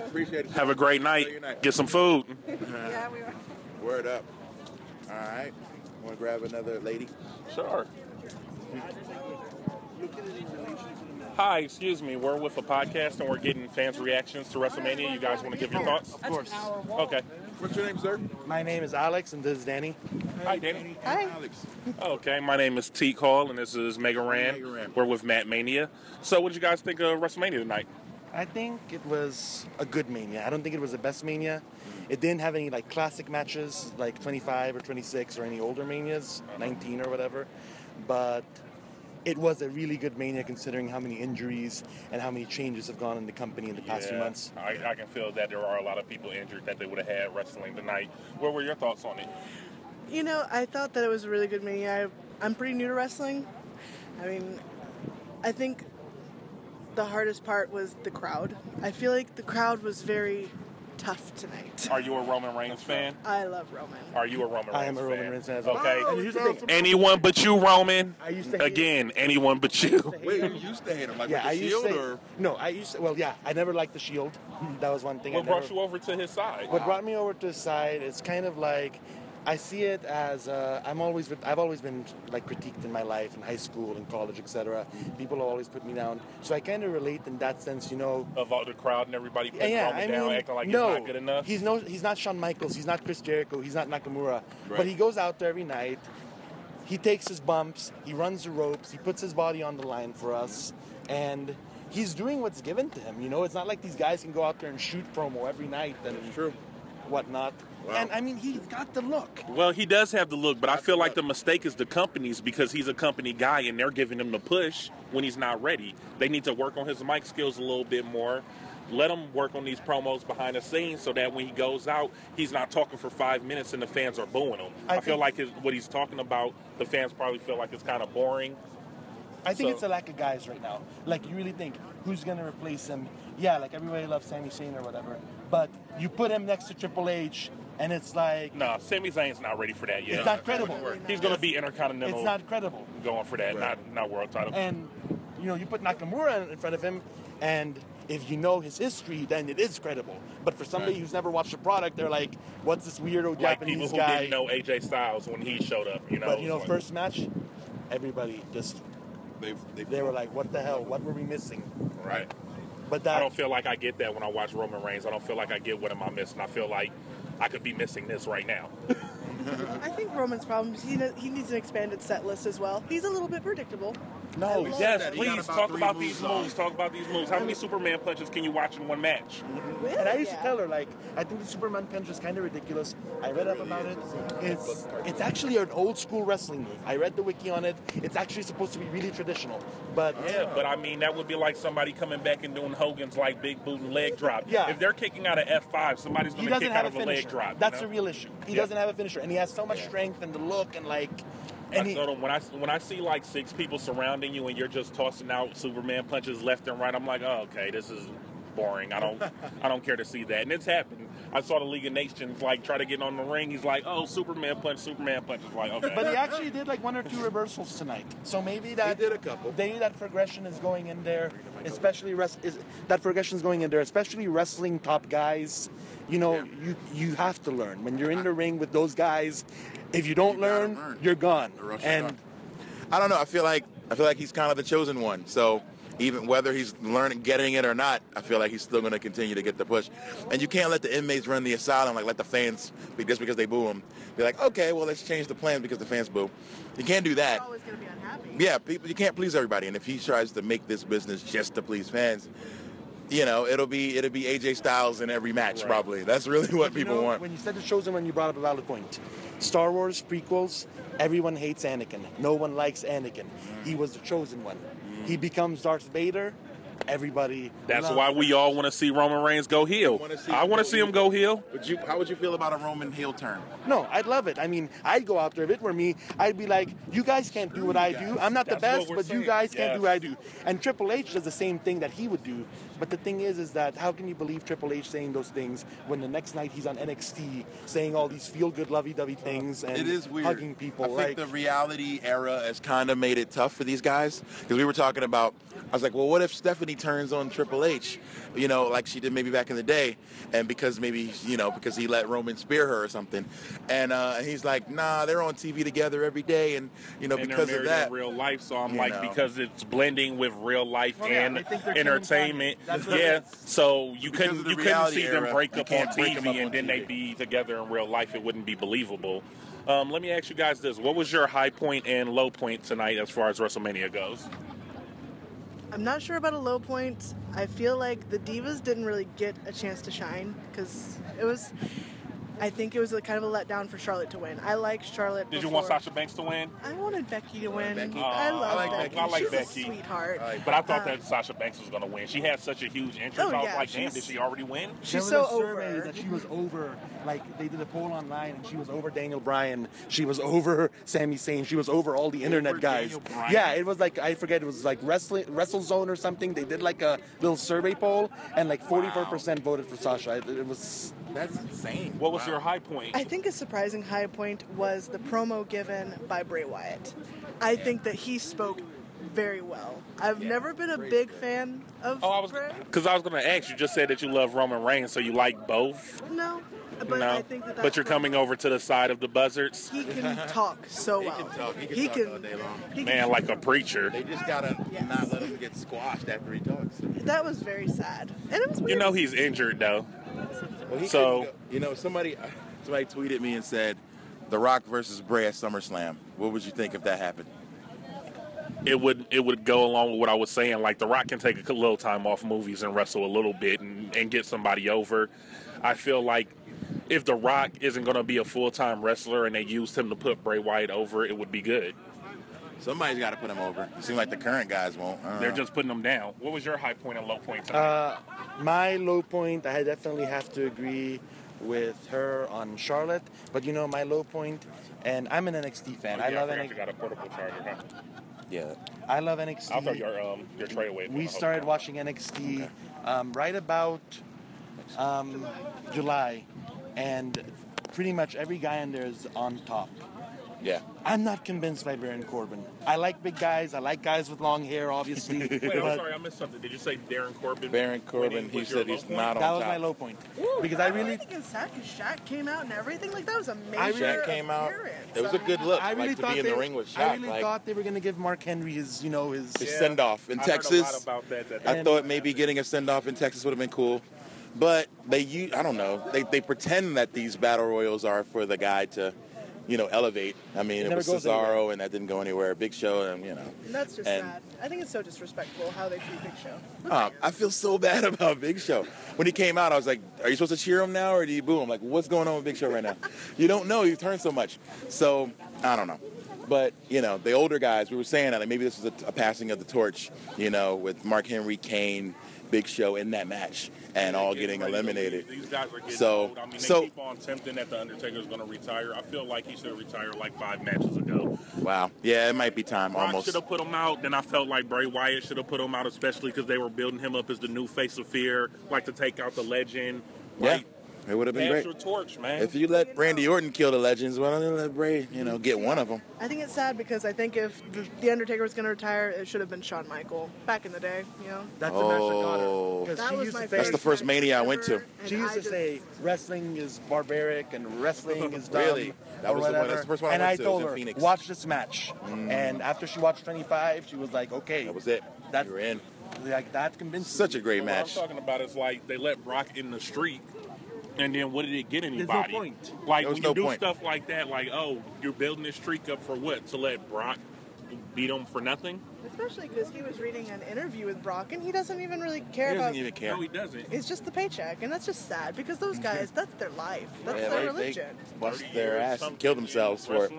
[SPEAKER 1] Appreciate it.
[SPEAKER 4] Have a great
[SPEAKER 1] Good
[SPEAKER 4] night.
[SPEAKER 1] night.
[SPEAKER 4] Get some food.
[SPEAKER 8] yeah, we were.
[SPEAKER 1] Word up. All right. Want to grab another lady?
[SPEAKER 4] Sure. Hi, excuse me. We're with a podcast and we're getting fans' reactions to WrestleMania. You guys want to give your thoughts? Of course. Okay.
[SPEAKER 1] What's your name, sir?
[SPEAKER 10] My name is Alex, and this is Danny.
[SPEAKER 4] Hi, Danny.
[SPEAKER 8] Hi.
[SPEAKER 1] Alex.
[SPEAKER 4] Okay, my name is T. Call and this is Mega
[SPEAKER 1] Mega
[SPEAKER 4] Ran.
[SPEAKER 1] Ran.
[SPEAKER 4] We're with Matt Mania. So, what did you guys think of WrestleMania tonight?
[SPEAKER 10] I think it was a good mania. I don't think it was the best mania. It didn't have any like classic matches like 25 or 26 or any older manias, 19 or whatever. But it was a really good mania considering how many injuries and how many changes have gone in the company in the past few
[SPEAKER 4] Yeah,
[SPEAKER 10] months.
[SPEAKER 4] I, I can feel that there are a lot of people injured that they would have had wrestling tonight. What were your thoughts on it?
[SPEAKER 11] You know, I thought that it was a really good meeting. I, I'm pretty new to wrestling. I mean, I think the hardest part was the crowd. I feel like the crowd was very tough tonight.
[SPEAKER 4] Are you a Roman Reigns fan?
[SPEAKER 11] I love Roman.
[SPEAKER 4] Are you a Roman Reigns
[SPEAKER 10] I am a Roman Reigns fan as well.
[SPEAKER 4] Okay.
[SPEAKER 10] And here's the thing.
[SPEAKER 4] Anyone but you, Roman.
[SPEAKER 10] I used to hate
[SPEAKER 4] Again, anyone but you.
[SPEAKER 1] Wait, you used to hate him, like
[SPEAKER 10] yeah, I
[SPEAKER 1] with the
[SPEAKER 10] used
[SPEAKER 1] shield,
[SPEAKER 10] to,
[SPEAKER 1] or
[SPEAKER 10] no, I used to, well, yeah, I never liked the shield. That was one thing.
[SPEAKER 4] What
[SPEAKER 10] I
[SPEAKER 4] brought
[SPEAKER 10] never-
[SPEAKER 4] you over to his side?
[SPEAKER 10] What brought me over to his side is kind of like I see it as uh, I'm always with, I've always been like critiqued in my life in high school in college etc. People have always put me down, so I kind of relate in that sense, you know.
[SPEAKER 4] Of all the crowd and everybody putting
[SPEAKER 10] yeah,
[SPEAKER 4] Roman
[SPEAKER 10] I
[SPEAKER 4] down,
[SPEAKER 10] mean,
[SPEAKER 4] acting like
[SPEAKER 10] no,
[SPEAKER 4] he's not good enough.
[SPEAKER 10] He's no, he's not Shawn Michaels, he's not Chris Jericho, he's not Nakamura,
[SPEAKER 4] Right.
[SPEAKER 10] but he goes out there every night. He takes his bumps, he runs the ropes, he puts his body on the line for us, and he's doing what's given to him. You know, it's not like these guys can go out there and shoot promo every night and whatnot. And I mean, he's got the look.
[SPEAKER 4] Well, he does have the look, but I feel like the mistake is the companies because he's a company guy and they're giving him the push when he's not ready. They need to work on his mic skills a little bit more. Let him work on these promos behind the scenes so that when he goes out, he's not talking for five minutes and the fans are booing him. I,
[SPEAKER 10] I
[SPEAKER 4] feel
[SPEAKER 10] think-
[SPEAKER 4] like his, what he's talking about, the fans probably feel like it's kind of boring.
[SPEAKER 10] I think
[SPEAKER 4] So-
[SPEAKER 10] it's a lack of guys right now. Like, you really think who's gonna replace him? Yeah, like everybody loves Sami Zayn or whatever, but you put him next to Triple H, and it's like
[SPEAKER 4] Nah, Sami Zayn's not ready for that yet.
[SPEAKER 10] It's not credible.
[SPEAKER 4] He's going to be intercontinental.
[SPEAKER 10] it's not credible.
[SPEAKER 4] going for that, not not world title.
[SPEAKER 10] And you know, you put Nakamura in- in front of him, and if you know his history, then it is credible. But for somebody
[SPEAKER 4] Right.
[SPEAKER 10] who's never watched the product, they're like, "What's this weirdo
[SPEAKER 4] like people
[SPEAKER 10] Japanese
[SPEAKER 4] who
[SPEAKER 10] guy?"
[SPEAKER 4] didn't know AJ Styles when he showed up, you know.
[SPEAKER 10] but you know,
[SPEAKER 4] it's like-
[SPEAKER 10] first match, everybody just
[SPEAKER 1] they, they,
[SPEAKER 10] were like, "What the hell? What were we missing?"
[SPEAKER 4] Right.
[SPEAKER 10] But that
[SPEAKER 4] I don't feel like I get that when I watch Roman Reigns. I don't feel like I get what am I missing. I feel like I could be missing this right now.
[SPEAKER 11] I think Roman's problem is he, ne- he needs an expanded set list as well. He's a little bit predictable. No.
[SPEAKER 4] yes, please talk about these moves. Talk about these moves. How many Superman punches can you watch in one match?
[SPEAKER 10] And I used to tell her like, I think the Superman punch is kind of ridiculous. I read up about it. It's it's actually an old school wrestling move. I read the wiki on it. It's actually supposed to be really traditional, but
[SPEAKER 4] Yeah, but I mean that would be like somebody coming back and doing Hogan's like big boot and leg drop.
[SPEAKER 10] Yeah.
[SPEAKER 4] If they're kicking out of F five, somebody's
[SPEAKER 10] he
[SPEAKER 4] gonna
[SPEAKER 10] doesn't
[SPEAKER 4] kick out
[SPEAKER 10] have
[SPEAKER 4] of
[SPEAKER 10] a
[SPEAKER 4] a leg
[SPEAKER 10] finisher.
[SPEAKER 4] drop. you
[SPEAKER 10] That's
[SPEAKER 4] know?
[SPEAKER 10] the real issue. He
[SPEAKER 4] Yeah.
[SPEAKER 10] doesn't have a finisher, and he has so much strength and the look and like.
[SPEAKER 4] I told him when I when I see like six people surrounding you and you're just tossing out Superman punches left and right, I'm like, oh, okay, this is boring. I don't I don't care to see that. And it's happened. I saw the League of Nations like try to get on the ring. He's like, oh, Superman punch, Superman punch. It's like, okay.
[SPEAKER 10] But he actually did like one or two reversals tonight, so maybe that he did a couple. Maybe that progression is going in there, especially res- is, that progression is going in there, especially wrestling top guys. You know, you you have to learn when you're in the ring with those guys. If you don't learn, you're gone. And
[SPEAKER 1] I don't know. I feel like I feel like he's kind of the chosen one. So even whether he's learning, getting it or not, I feel like he's still going to continue to get the push. And you can't let the inmates run the asylum like let the fans be just because they boo him. Be like, okay, well let's change the plans because the fans boo. You can't do that. Yeah, people, you can't please everybody. And if he tries to make this business just to please fans, you know, it'll be it'll be AJ Styles in every match probably. That's really what
[SPEAKER 10] You
[SPEAKER 1] people
[SPEAKER 10] know,
[SPEAKER 1] want.
[SPEAKER 10] When you said the chosen one, you brought up a valid point. Star Wars prequels, everyone hates Anakin. No one likes Anakin. He was the chosen one. He becomes Darth Vader. Everybody.
[SPEAKER 4] That's
[SPEAKER 10] loves-
[SPEAKER 4] why we all want to see Roman Reigns go heel. I want to see him go heel.
[SPEAKER 1] Would you? How would you feel about a Roman heel turn?
[SPEAKER 10] No, I'd love it. I mean, I'd go out there if it were me. I'd be like, you guys can't do what I do. I'm not the
[SPEAKER 4] That's what
[SPEAKER 10] best,
[SPEAKER 4] we're
[SPEAKER 10] but you
[SPEAKER 4] saying.
[SPEAKER 10] guys can't do what I
[SPEAKER 4] Yes.
[SPEAKER 10] do. And Triple H does the same thing that he would do. But the thing is, is that how can you believe Triple H saying those things when the next night he's on NXT saying all these feel-good, lovey-dovey things and
[SPEAKER 1] it is weird.
[SPEAKER 10] hugging people?
[SPEAKER 1] I think
[SPEAKER 10] like,
[SPEAKER 1] the reality era has kind of made it tough for these guys because we were talking about. I was like, well, what if Stephanie turns on Triple H, you know, like she did maybe back in the day, and because maybe you know because he let Roman spear her or something, and uh, and he's like, nah, they're on TV together every day, and you know
[SPEAKER 4] and they're
[SPEAKER 1] because of
[SPEAKER 4] married
[SPEAKER 1] that.
[SPEAKER 4] in real life. So I'm
[SPEAKER 1] You
[SPEAKER 4] like
[SPEAKER 1] know.
[SPEAKER 4] because it's blending with real life
[SPEAKER 1] Well, yeah,
[SPEAKER 4] and
[SPEAKER 1] I think they're killing
[SPEAKER 4] entertainment.
[SPEAKER 1] Kanye. That's what it
[SPEAKER 4] yeah,
[SPEAKER 1] is.
[SPEAKER 4] so you
[SPEAKER 1] Because of
[SPEAKER 4] couldn't
[SPEAKER 1] the
[SPEAKER 4] you couldn't
[SPEAKER 1] reality
[SPEAKER 4] see
[SPEAKER 1] era,
[SPEAKER 4] them break
[SPEAKER 1] you
[SPEAKER 4] up on
[SPEAKER 1] can't break 'em up
[SPEAKER 4] TV
[SPEAKER 1] on
[SPEAKER 4] and then they'd be together in real life. It wouldn't be believable. Um, let me ask you guys this: What was your high point and low point tonight as far as WrestleMania goes?
[SPEAKER 11] I'm not sure about a low point. I feel like the divas didn't really get a chance to shine because it was I think it was a, kind of a letdown for Charlotte to win. I like Charlotte.
[SPEAKER 4] Did you want
[SPEAKER 11] before.
[SPEAKER 4] Sasha Banks to win?
[SPEAKER 11] I wanted Becky to win.
[SPEAKER 4] Becky.
[SPEAKER 11] I love
[SPEAKER 4] I like
[SPEAKER 11] Becky.
[SPEAKER 4] Becky. I like
[SPEAKER 11] She's
[SPEAKER 4] Becky.
[SPEAKER 11] a sweetheart.
[SPEAKER 4] But I
[SPEAKER 1] Uh,
[SPEAKER 4] thought
[SPEAKER 11] Um,
[SPEAKER 4] that Sasha Banks was going to win. She had such a huge entrance.
[SPEAKER 11] Oh,
[SPEAKER 4] I was
[SPEAKER 11] yeah,
[SPEAKER 4] like, damn,
[SPEAKER 11] she's-
[SPEAKER 4] did she already win?
[SPEAKER 10] there was a survey that she was over. Like they did a poll online, and she was over Daniel Bryan. She was over Sami Zayn. She was over all the internet guys.
[SPEAKER 4] Daniel Bryan?
[SPEAKER 10] Yeah, it was like I forget. It was like wrestling WrestleZone or something. They did like a little survey poll, and like 44% voted for Sasha. It, it was
[SPEAKER 4] that's insane. What was your high point?
[SPEAKER 11] I think a surprising high point was the promo given by Bray Wyatt. I think that he spoke very well. I've never been a big fan of Bray.
[SPEAKER 4] Because I was going to ask, you just said that you love Roman Reigns, so you like both?
[SPEAKER 11] No, but
[SPEAKER 4] no.
[SPEAKER 11] I think that that's
[SPEAKER 4] but you're coming over to the side of the buzzards?
[SPEAKER 11] He can talk so well. He can
[SPEAKER 1] talk. He can talk all day long.
[SPEAKER 11] he
[SPEAKER 4] Man, like a preacher.
[SPEAKER 1] They just gotta not let him get squashed after he talks.
[SPEAKER 11] That was very sad, and it was
[SPEAKER 4] You
[SPEAKER 11] weird.
[SPEAKER 4] know he's injured, though.
[SPEAKER 1] Well, he
[SPEAKER 4] So-
[SPEAKER 1] couldn't go- you know, somebody uh, somebody tweeted me and said, "The Rock versus Bray at SummerSlam." What would you think if that happened?
[SPEAKER 4] it would it would go along with what I was saying. Like The Rock can take a little time off movies and wrestle a little bit and, and get somebody over. I feel like if The Rock isn't going to be a full time wrestler and they used him to put Bray Wyatt over, it would be good.
[SPEAKER 1] Somebody's got to put him over. It seems like the current guys won't. Uh-huh. I don't
[SPEAKER 4] They're
[SPEAKER 1] know.
[SPEAKER 4] just putting him down. What was your high point and low point tonight?
[SPEAKER 10] Uh, my low point, I definitely have to agree with her on Charlotte. But you know, my low point, and I'm an NXT fan.
[SPEAKER 4] Oh,
[SPEAKER 10] I
[SPEAKER 4] yeah,
[SPEAKER 10] love
[SPEAKER 4] forgot
[SPEAKER 10] NXT.
[SPEAKER 4] you got a portable charger. huh?
[SPEAKER 1] Yeah.
[SPEAKER 10] I love NXT.
[SPEAKER 4] I'll throw your um your tray away. if you
[SPEAKER 10] We
[SPEAKER 4] want.
[SPEAKER 10] started watching NXT um, right about um, July, and pretty much every guy in there is on top.
[SPEAKER 1] Yeah.
[SPEAKER 10] I'm not convinced by Baron Corbin. I like big guys. I like guys with long hair, obviously.
[SPEAKER 4] Wait, I'm
[SPEAKER 10] but-
[SPEAKER 4] sorry, I missed something. Did you say Darren Corbin?
[SPEAKER 1] Baron Corbin,
[SPEAKER 4] winning
[SPEAKER 1] he
[SPEAKER 4] was your
[SPEAKER 1] said
[SPEAKER 4] low
[SPEAKER 1] he's
[SPEAKER 4] point?
[SPEAKER 1] not on
[SPEAKER 10] that was my low point because I really
[SPEAKER 11] I think it's sad because Shaq came out and everything. Like that was a major.
[SPEAKER 10] I really- Shaq
[SPEAKER 1] came out.
[SPEAKER 11] appearance.
[SPEAKER 1] It was a good look.
[SPEAKER 10] I really
[SPEAKER 1] like, to
[SPEAKER 10] thought
[SPEAKER 1] be in
[SPEAKER 10] they
[SPEAKER 1] the
[SPEAKER 10] were-
[SPEAKER 1] ring with Shaq.
[SPEAKER 10] I really
[SPEAKER 1] like,
[SPEAKER 10] thought they were going to give Mark Henry his, you know, his,
[SPEAKER 1] his send off in Texas. I
[SPEAKER 10] And-
[SPEAKER 1] thought maybe getting a send off in Texas would have been cool. But they, u- I don't know, they, they pretend that these battle royals are for the guy to, you know, elevate. I mean,
[SPEAKER 11] It
[SPEAKER 1] it,
[SPEAKER 11] never
[SPEAKER 1] was
[SPEAKER 11] goes
[SPEAKER 1] Cesaro,
[SPEAKER 11] anywhere.
[SPEAKER 1] and that didn't go anywhere. Big Show, and you know.
[SPEAKER 11] And that's just
[SPEAKER 1] And-
[SPEAKER 11] sad. I think it's so disrespectful how they treat Big Show.
[SPEAKER 1] Um, I feel so bad about Big Show. When he came out, I was like, "Are you supposed to cheer him now, or do you boo him? Like, what's going on with Big Show right now? You don't know. You've turned so much. So I don't know. But you know, the older guys, we were saying that like, maybe this was a, a passing of the torch. You know, with Mark Henry, Kane, Big Show in that match, and all getting eliminated.
[SPEAKER 4] These guys are getting
[SPEAKER 1] So-
[SPEAKER 4] old. I mean, they
[SPEAKER 1] so-
[SPEAKER 4] keep on tempting that the Undertaker's going to retire. I feel like he should have retired like five matches ago.
[SPEAKER 1] Wow. Yeah, it might be time
[SPEAKER 4] Rock
[SPEAKER 1] almost.
[SPEAKER 4] should have put him out. Then I felt like Bray Wyatt should have put him out, especially because they were building him up as the new face of fear, like to take out the legend.
[SPEAKER 1] Yeah, it would have been
[SPEAKER 4] Pass
[SPEAKER 1] great.
[SPEAKER 4] your torch, man.
[SPEAKER 1] If you let Randy Orton kill the legends, why don't you let Bray, you know, get one of them?
[SPEAKER 11] I think it's sad because I think if the, the Undertaker was going to retire, it should have been Shawn Michael back in the day. You know,
[SPEAKER 10] That's
[SPEAKER 1] oh,
[SPEAKER 10] the match that got her. 'Cause
[SPEAKER 11] That
[SPEAKER 10] she
[SPEAKER 11] was
[SPEAKER 10] used
[SPEAKER 11] my
[SPEAKER 10] to say-
[SPEAKER 1] That's the first mania I went to.
[SPEAKER 10] She used to say wrestling is barbaric and wrestling is dumb.
[SPEAKER 1] Really? That
[SPEAKER 10] or
[SPEAKER 1] was the one- that's
[SPEAKER 10] whatever.
[SPEAKER 1] the first one I
[SPEAKER 10] and
[SPEAKER 1] went
[SPEAKER 10] I
[SPEAKER 1] to, it
[SPEAKER 10] told
[SPEAKER 1] was in
[SPEAKER 10] her,
[SPEAKER 1] Phoenix. Mm.
[SPEAKER 10] watch this match. And after she watched 25, she was like, okay. That
[SPEAKER 1] was it.
[SPEAKER 10] That,
[SPEAKER 1] You're in.
[SPEAKER 10] Like that convinced.
[SPEAKER 1] Such a great
[SPEAKER 4] What I'm
[SPEAKER 1] match.
[SPEAKER 4] talking about is like they let Brock in the street, and then what did it get anybody?
[SPEAKER 10] no point.
[SPEAKER 4] Like
[SPEAKER 10] There was
[SPEAKER 4] when
[SPEAKER 10] no
[SPEAKER 4] you do
[SPEAKER 10] point.
[SPEAKER 4] stuff like that, like oh, you're building this streak up for what? To let Brock beat him for nothing?
[SPEAKER 11] especially because he was reading an interview with Brock and he doesn't even really care
[SPEAKER 4] He doesn't
[SPEAKER 11] about.
[SPEAKER 4] even care. No, he doesn't.
[SPEAKER 11] It's just the paycheck, and that's just sad because those guys, that's their life,
[SPEAKER 1] Mm-hmm.
[SPEAKER 11] that's
[SPEAKER 1] Yeah,
[SPEAKER 11] their
[SPEAKER 1] they- they
[SPEAKER 11] religion.
[SPEAKER 1] bust their ass and kill themselves for it.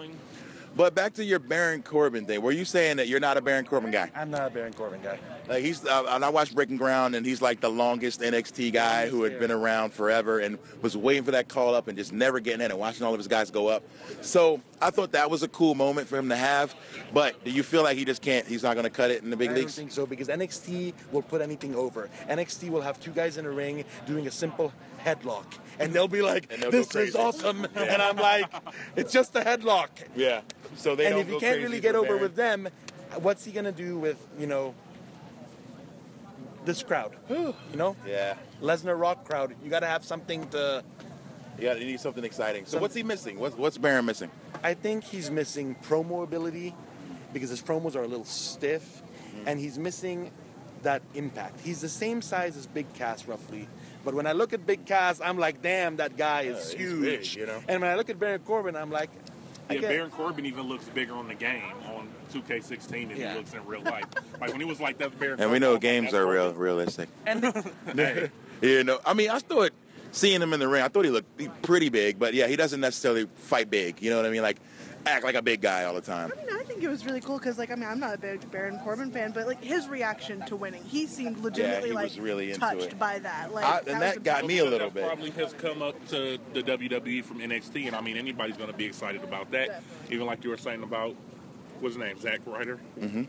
[SPEAKER 1] But back to your Baron Corbin thing. Were you saying that you're not a Baron Corbin guy?
[SPEAKER 10] I'm not a Baron Corbin guy.
[SPEAKER 1] Like he's, uh, and I watched Breaking Ground, and he's like the longest NXT guy who had been around forever and was waiting for that call up and just never getting in and watching all of his guys go up. So I thought that was a cool moment for him to have. But do you feel like he just can't? He's not going to cut it in the big
[SPEAKER 10] I
[SPEAKER 1] leagues.
[SPEAKER 10] don't think so because NXT will put anything over. NXT will have two guys in a ring doing a simple headlock, and they'll be like,
[SPEAKER 1] And they'll go
[SPEAKER 10] "This is
[SPEAKER 1] crazy.
[SPEAKER 10] awesome,"
[SPEAKER 1] Yeah.
[SPEAKER 10] and I'm like, "It's just a headlock."
[SPEAKER 1] Yeah. So they
[SPEAKER 10] and
[SPEAKER 1] don't
[SPEAKER 10] if you
[SPEAKER 1] go
[SPEAKER 10] can't
[SPEAKER 1] crazy
[SPEAKER 10] really
[SPEAKER 1] for
[SPEAKER 10] get over
[SPEAKER 1] Baron.
[SPEAKER 10] with them, what's he gonna do with you know this crowd? you know,
[SPEAKER 1] Yeah.
[SPEAKER 10] Lesnar Rock crowd. You gotta have something to.
[SPEAKER 1] Yeah, they need something exciting. So what's he missing? What's what's Baron missing?
[SPEAKER 10] I think he's missing promo ability because his promos are a little stiff,
[SPEAKER 1] Mm-hmm.
[SPEAKER 10] and he's missing that impact. He's the same size as Big Cass roughly, but when I look at Big Cass, I'm like, damn, that guy
[SPEAKER 1] Uh,
[SPEAKER 4] Yeah,
[SPEAKER 10] is
[SPEAKER 4] he's
[SPEAKER 10] huge.
[SPEAKER 4] big, you know?
[SPEAKER 10] And when I look at Baron Corbin, I'm like, I
[SPEAKER 4] Yeah,
[SPEAKER 10] get-
[SPEAKER 4] Baron Corbin even looks bigger on the game on 2K16 than
[SPEAKER 10] Yeah.
[SPEAKER 4] he looks in real life. like when he was like that, Baron.
[SPEAKER 1] And we
[SPEAKER 4] Corbin,
[SPEAKER 1] know
[SPEAKER 4] I was like,
[SPEAKER 1] games
[SPEAKER 4] that's
[SPEAKER 1] are real realistic.
[SPEAKER 4] Corbin.
[SPEAKER 1] You know, I mean, I thought seeing him in the ring, I thought he looked he- pretty big, but yeah, he doesn't necessarily fight big. You know what I mean? Like act like a big guy all the time.
[SPEAKER 11] I mean, I think it was really cool because, like, I mean, I'm not a big Baron Corbin fan, but like his reaction to winning, he seemed legitimately
[SPEAKER 1] he
[SPEAKER 11] like
[SPEAKER 1] was really into
[SPEAKER 11] touched
[SPEAKER 1] it.
[SPEAKER 11] by that. Like,
[SPEAKER 1] I- and
[SPEAKER 11] was
[SPEAKER 1] that got me a little bit.
[SPEAKER 4] Probably has come up to the WWE from NXT, and I mean anybody's going to be excited about that. Even like you were saying about what's his name, Zack Ryder.
[SPEAKER 1] Mm-hmm.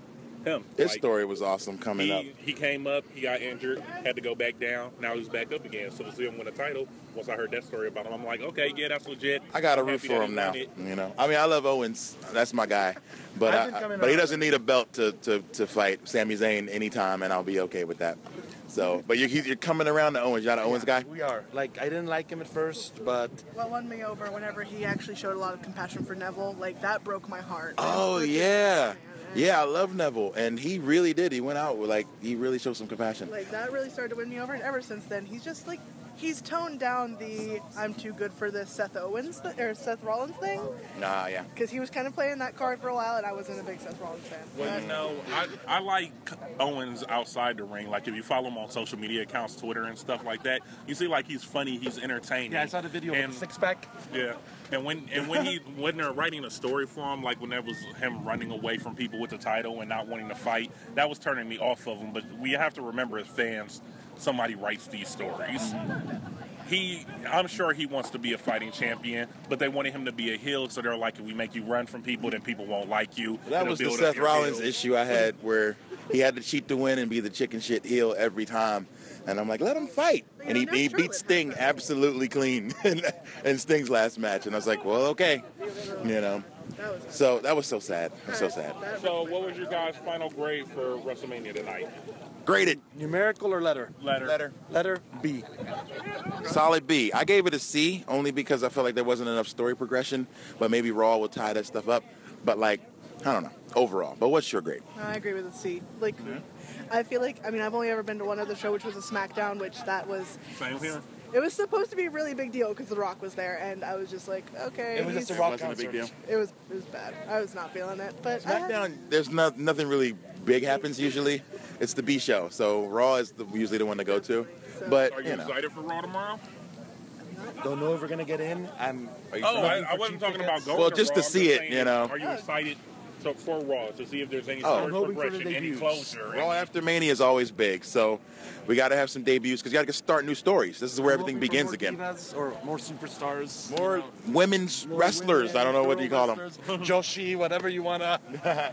[SPEAKER 4] Him.
[SPEAKER 1] His
[SPEAKER 4] Like,
[SPEAKER 1] story was awesome coming
[SPEAKER 4] he,
[SPEAKER 1] up.
[SPEAKER 4] He came up, he got injured, had to go back down. Now he's back up again. So to see him win a title, once I heard that story about him, I'm like, okay, yeah, that's legit.
[SPEAKER 1] I got to root
[SPEAKER 4] Happy
[SPEAKER 1] for
[SPEAKER 4] that
[SPEAKER 1] him
[SPEAKER 4] he
[SPEAKER 1] now.
[SPEAKER 4] won it.
[SPEAKER 1] You know, I mean, I love Owens. That's my guy, but
[SPEAKER 4] I've been
[SPEAKER 1] I,
[SPEAKER 4] coming
[SPEAKER 1] but he
[SPEAKER 4] around.
[SPEAKER 1] doesn't need a belt to, to, to fight Sami Zayn anytime, and I'll be okay with that. So, but you're, you're coming around to Owens. You're not an Owens guy.
[SPEAKER 10] We are. Like, I didn't like him at first, but
[SPEAKER 11] What won me over whenever he actually showed a lot of compassion for Neville, like that broke my heart.
[SPEAKER 1] Oh yeah, yeah. I love Neville, and he really did. He went out with, like he really showed some compassion.
[SPEAKER 11] Like that really started to win me over, and ever since then, he's just like he's toned down the "I'm too good for this" Seth Owens th- or Seth Rollins thing
[SPEAKER 1] Nah, yeah.
[SPEAKER 11] because he was kind of playing that card for a while, and I wasn't a big Seth Rollins fan.
[SPEAKER 4] Well,
[SPEAKER 11] But-
[SPEAKER 4] you know, I, I like Owens outside the ring. Like, if you follow him on social media accounts, Twitter and stuff like that, you see, like, he's funny, he's entertaining.
[SPEAKER 10] Yeah, I saw the video with
[SPEAKER 4] And,
[SPEAKER 10] the six pack.
[SPEAKER 4] yeah. And when and when he when they're writing a story for him, like when there was him running away from people with the title and not wanting to fight, that was turning me off of him. But we have to remember as fans, somebody writes these stories. He, I'm sure he wants to be a fighting champion, but they wanted him to be a heel, so they're like, if we make you run from people, then people won't like you.
[SPEAKER 1] That
[SPEAKER 4] It'll
[SPEAKER 1] was the
[SPEAKER 4] build up
[SPEAKER 1] Seth
[SPEAKER 4] your
[SPEAKER 1] Rollins
[SPEAKER 4] heel.
[SPEAKER 1] issue I had, where he had to cheat to win and be the chicken shit heel every time. And I'm like, let him fight. And he, he beat Sting absolutely clean in, in Sting's last match. And I was like, well, okay, you know. So that was so sad. It was so sad.
[SPEAKER 4] So, what was your guys' final grade for WrestleMania tonight?
[SPEAKER 1] Graded.
[SPEAKER 10] Numerical or letter?
[SPEAKER 4] Letter. Letter.
[SPEAKER 10] Letter B.
[SPEAKER 1] Solid B. I gave it a C only because I felt like there wasn't enough story progression, but maybe Raw will tie that stuff up. But like, I don't know, overall. But what's your grade?
[SPEAKER 11] I agree with the C. Like, I feel like I mean I've only ever been to one other show, which was a SmackDown, which that was.
[SPEAKER 4] Same here.
[SPEAKER 11] It was supposed to be a really big deal because The Rock was there, and I was just like, okay.
[SPEAKER 1] It was just
[SPEAKER 11] he's-
[SPEAKER 1] a Rock It wasn't a big concert.
[SPEAKER 11] It was it was bad. I was not feeling it, but I had-
[SPEAKER 1] SmackDown, there's not, nothing really big happens usually. It's the B show, so Raw is the, usually the one to go to.
[SPEAKER 4] Are
[SPEAKER 1] But
[SPEAKER 4] you
[SPEAKER 1] you know,
[SPEAKER 4] excited for Raw tomorrow?
[SPEAKER 10] Don't know if we're gonna get in. I'm.
[SPEAKER 4] Oh, I, I wasn't talking about going.
[SPEAKER 1] Well,
[SPEAKER 4] to
[SPEAKER 1] just to
[SPEAKER 4] Raw, I'm
[SPEAKER 1] see it,
[SPEAKER 4] saying,
[SPEAKER 1] you know.
[SPEAKER 4] Are you excited to, for Raw to see if there's any
[SPEAKER 1] Oh.
[SPEAKER 4] oh,
[SPEAKER 1] I'm hoping for the
[SPEAKER 4] progression, any
[SPEAKER 1] debuts.
[SPEAKER 4] closure?
[SPEAKER 1] Raw after Mania is always big, so we got to have some debuts because you got to start new stories. This is where everything begins again.
[SPEAKER 10] or more superstars.
[SPEAKER 1] More women's wrestlers. I don't know what you call them.
[SPEAKER 10] Joshi, whatever you wanna.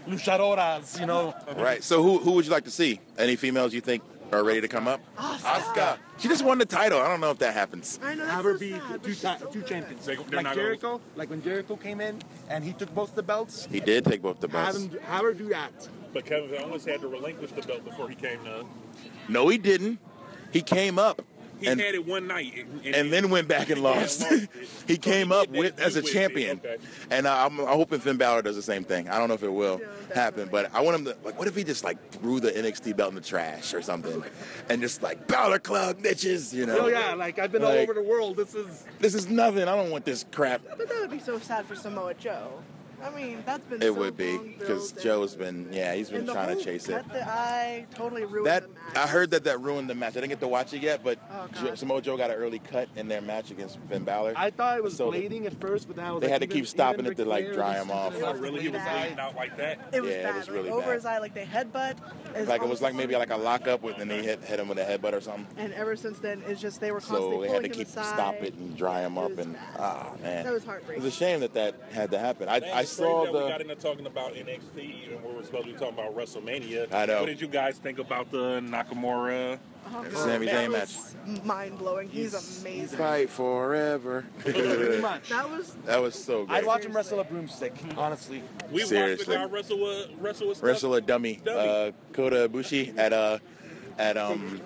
[SPEAKER 10] Luchadoras, you know.
[SPEAKER 1] Right. So who who would you like to see? Any females you think are ready to come up? Asuka. She just won the title. I don't know if that happens.
[SPEAKER 11] I know,
[SPEAKER 10] Have her be two, ti- two champions.
[SPEAKER 1] not
[SPEAKER 10] like
[SPEAKER 1] gonna-
[SPEAKER 10] Jericho, like when Jericho came in and he took both the belts.
[SPEAKER 1] He did take both the belts.
[SPEAKER 10] Have, him, do- have her do that.
[SPEAKER 4] But Kevin Owens had to relinquish the belt before he came to.
[SPEAKER 1] No, he didn't. He came up
[SPEAKER 4] He
[SPEAKER 1] and
[SPEAKER 4] had it one night. And,
[SPEAKER 1] and then went back and lost. he came up with as a champion, and I, I'm, I'm hoping Finn Balor does the same thing. I don't know if it will happen, but I want him to like. What if he just like threw the NXT belt in the trash or something, and just like Balor Club bitches, you know?
[SPEAKER 10] Oh yeah, like I've been all
[SPEAKER 1] Like,
[SPEAKER 10] over the world. This is.
[SPEAKER 1] This is nothing. I don't want this crap.
[SPEAKER 11] but that would be so sad for Samoa Joe. I mean, that's been
[SPEAKER 1] It
[SPEAKER 11] so
[SPEAKER 1] would be
[SPEAKER 11] long
[SPEAKER 1] because
[SPEAKER 11] built,
[SPEAKER 1] Joe's been yeah he's been
[SPEAKER 11] and the
[SPEAKER 1] trying to
[SPEAKER 11] whole
[SPEAKER 1] chase it.
[SPEAKER 11] cut The eye totally ruined.
[SPEAKER 1] That
[SPEAKER 11] the-
[SPEAKER 1] I heard that that ruined the match. I didn't get to watch it yet, but
[SPEAKER 11] Oh,
[SPEAKER 1] Jo-
[SPEAKER 11] God.
[SPEAKER 1] Samoa Joe got an early cut in their match against Finn Balor.
[SPEAKER 10] I thought it was
[SPEAKER 1] So they-
[SPEAKER 10] bleeding at first, but now
[SPEAKER 1] they had to keep stopping it to like dry him off.
[SPEAKER 4] really, he was bleeding out like that.
[SPEAKER 11] It was
[SPEAKER 1] yeah,
[SPEAKER 11] bad.
[SPEAKER 1] it was really
[SPEAKER 11] like, over
[SPEAKER 1] bad.
[SPEAKER 11] his eye, like they headbutt. It's
[SPEAKER 1] Like it was
[SPEAKER 11] almost-
[SPEAKER 1] like maybe like a lockup, with, and they hit hit him with a headbutt or something.
[SPEAKER 11] And ever since then, it's just they were constantly
[SPEAKER 1] So they had
[SPEAKER 11] pulling
[SPEAKER 1] to
[SPEAKER 11] him
[SPEAKER 1] keep
[SPEAKER 11] aside.
[SPEAKER 1] stop it and dry him up, and ah man,
[SPEAKER 11] That was heartbreaking.
[SPEAKER 1] It's a shame that that had to happen. I,
[SPEAKER 4] Man,
[SPEAKER 1] I
[SPEAKER 4] it's crazy
[SPEAKER 1] saw
[SPEAKER 4] that we got
[SPEAKER 1] the
[SPEAKER 4] into talking about NXT and we were supposed to be talking about WrestleMania.
[SPEAKER 1] I know.
[SPEAKER 4] What did you guys think about the Nakamura?
[SPEAKER 11] Oh, God.
[SPEAKER 1] Sami
[SPEAKER 11] That
[SPEAKER 1] Zayn match.
[SPEAKER 11] was Mind blowing. He's, amazing.
[SPEAKER 1] fight forever.
[SPEAKER 11] That was
[SPEAKER 1] that was so good.
[SPEAKER 10] I'd watch him wrestle a broomstick, honestly.
[SPEAKER 1] We watched the Seriously. guy
[SPEAKER 4] wrestle with, wrestle with
[SPEAKER 1] wrestle a dummy, uh, Kota Ibushi at uh at um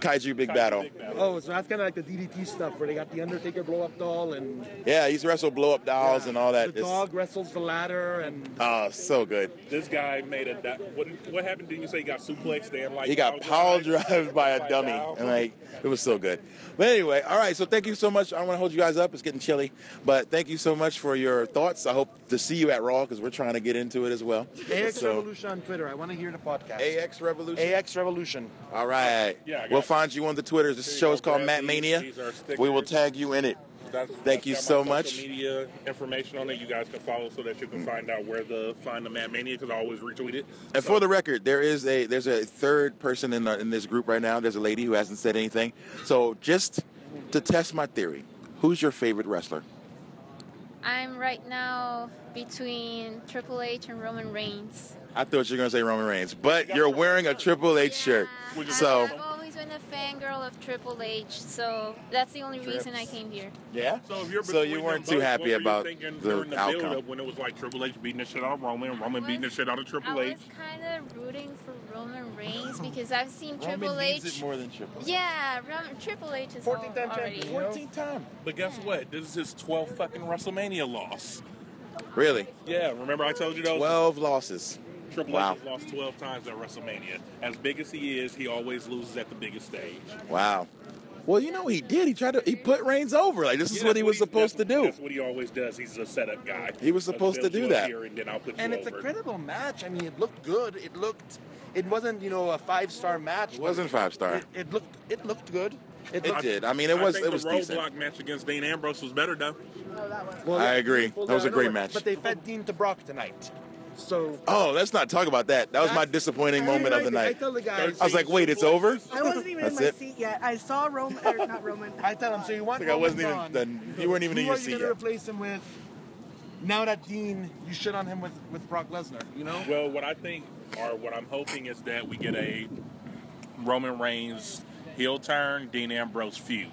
[SPEAKER 1] Kaiju Big Battle.
[SPEAKER 10] Oh, so that's kind of like the DDT stuff where they got the Undertaker blow up doll and
[SPEAKER 1] Yeah, he's wrestled blow up dolls and all that.
[SPEAKER 10] the
[SPEAKER 1] It's-
[SPEAKER 10] dog wrestles the ladder and
[SPEAKER 1] Oh, so good.
[SPEAKER 4] This guy made a. di- What, what happened? Didn't you say he got suplexed and like
[SPEAKER 1] He got power driven by a dummy, and like it was so good. But anyway, all right. So thank you so much. I don't want to hold you guys up. It's getting chilly, but thank you so much for your thoughts. I hope to see you at Raw because we're trying to get into it as well.
[SPEAKER 10] AX
[SPEAKER 1] So,
[SPEAKER 10] Revolution on Twitter. I want to hear the podcast.
[SPEAKER 1] AX Revolution.
[SPEAKER 10] AX Revolution.
[SPEAKER 1] all right.
[SPEAKER 10] Yeah, I got
[SPEAKER 1] well,
[SPEAKER 10] it.
[SPEAKER 1] find you on the Twitters. This show is called Matt Mania.
[SPEAKER 4] These are stickers.
[SPEAKER 1] We will tag you in it.
[SPEAKER 4] That's-
[SPEAKER 1] Thank
[SPEAKER 4] that's
[SPEAKER 1] you
[SPEAKER 4] got my
[SPEAKER 1] so
[SPEAKER 4] social
[SPEAKER 1] much.
[SPEAKER 4] Media information on it. You guys can follow so that you can find out where the find the Mad Mania because I always retweet it.
[SPEAKER 1] And for the record, there is a there's a third person in the, in this group right now. There's a lady who hasn't said anything. So just to test my theory, who's your favorite wrestler?
[SPEAKER 12] I'm right now between Triple H and Roman Reigns.
[SPEAKER 1] I thought you were gonna say Roman Reigns, but you're wearing a Triple H shirt. So
[SPEAKER 12] I've always been a fangirl of Triple H, so that's the only reason I came here.
[SPEAKER 1] yeah.
[SPEAKER 4] So, if you're
[SPEAKER 1] So
[SPEAKER 4] between
[SPEAKER 1] you
[SPEAKER 4] them
[SPEAKER 1] weren't too
[SPEAKER 4] both,
[SPEAKER 1] happy
[SPEAKER 4] what were you
[SPEAKER 1] about
[SPEAKER 4] thinking
[SPEAKER 1] the
[SPEAKER 4] during the
[SPEAKER 1] outcome?
[SPEAKER 4] build-up when it was like Triple H beating the shit out of Roman, Roman beating the shit out of Triple
[SPEAKER 12] I
[SPEAKER 4] H.
[SPEAKER 12] was kind of rooting for Roman Reigns because I've seen
[SPEAKER 4] Roman
[SPEAKER 12] Triple
[SPEAKER 4] needs
[SPEAKER 12] H.
[SPEAKER 4] it more than Triple H.
[SPEAKER 12] Yeah, Rom- Triple H is 14
[SPEAKER 4] time
[SPEAKER 12] already.
[SPEAKER 4] champion, you know? 14
[SPEAKER 1] time.
[SPEAKER 4] But guess what? This is his 12th fucking WrestleMania loss.
[SPEAKER 1] really,
[SPEAKER 4] Yeah, remember I told you those?
[SPEAKER 1] twelve losses.
[SPEAKER 4] Triple
[SPEAKER 1] wow.
[SPEAKER 4] H has lost 12 times at WrestleMania. As big as he is, he always loses at the biggest stage.
[SPEAKER 1] Wow. Well, you know he did. He tried to. He put Reigns over. Like this is what he was supposed to do.
[SPEAKER 4] That's what he always does. He's a setup guy.
[SPEAKER 1] He was
[SPEAKER 4] Let's
[SPEAKER 1] supposed to
[SPEAKER 4] build
[SPEAKER 1] do
[SPEAKER 4] you up
[SPEAKER 1] that.
[SPEAKER 4] here and then I'll put
[SPEAKER 10] And
[SPEAKER 4] you
[SPEAKER 10] it's a
[SPEAKER 4] over.
[SPEAKER 10] credible match. I mean, it looked good. It looked. It wasn't, you know, a five star match. It
[SPEAKER 1] wasn't five-star.
[SPEAKER 10] It, it looked. It looked good.
[SPEAKER 1] It
[SPEAKER 10] looked-
[SPEAKER 1] did. I mean, it was-
[SPEAKER 4] think
[SPEAKER 1] it was
[SPEAKER 4] the
[SPEAKER 1] decent.
[SPEAKER 4] roadblock match against Dean Ambrose was better though.
[SPEAKER 10] Well,
[SPEAKER 1] I
[SPEAKER 10] yeah,
[SPEAKER 1] agree.
[SPEAKER 10] well,
[SPEAKER 1] That was
[SPEAKER 10] I
[SPEAKER 1] a
[SPEAKER 10] know
[SPEAKER 1] great
[SPEAKER 10] it,
[SPEAKER 1] match.
[SPEAKER 10] But they fed Dean to Brock tonight, so.
[SPEAKER 1] Oh, let's not talk about that. That was my disappointing
[SPEAKER 10] I
[SPEAKER 1] moment of the
[SPEAKER 10] didn't like it.
[SPEAKER 1] night.
[SPEAKER 10] I tell the guys-
[SPEAKER 1] I was like, wait, it's over.
[SPEAKER 11] I wasn't even in
[SPEAKER 1] That's
[SPEAKER 11] my
[SPEAKER 1] it.
[SPEAKER 11] seat yet. I saw Roman, or not Roman. I
[SPEAKER 10] tell him, so you want
[SPEAKER 1] It's like I wasn't even.
[SPEAKER 10] Roman
[SPEAKER 1] Done. You weren't even
[SPEAKER 10] Who
[SPEAKER 1] in your
[SPEAKER 10] are you
[SPEAKER 1] seat
[SPEAKER 10] gonna
[SPEAKER 1] yet.
[SPEAKER 10] replace him with? Now that Dean, you shit on him with with Brock Lesnar, you know.
[SPEAKER 4] Well, what I think or what I'm hoping is that we get a Roman Reigns heel turn, Dean Ambrose feud.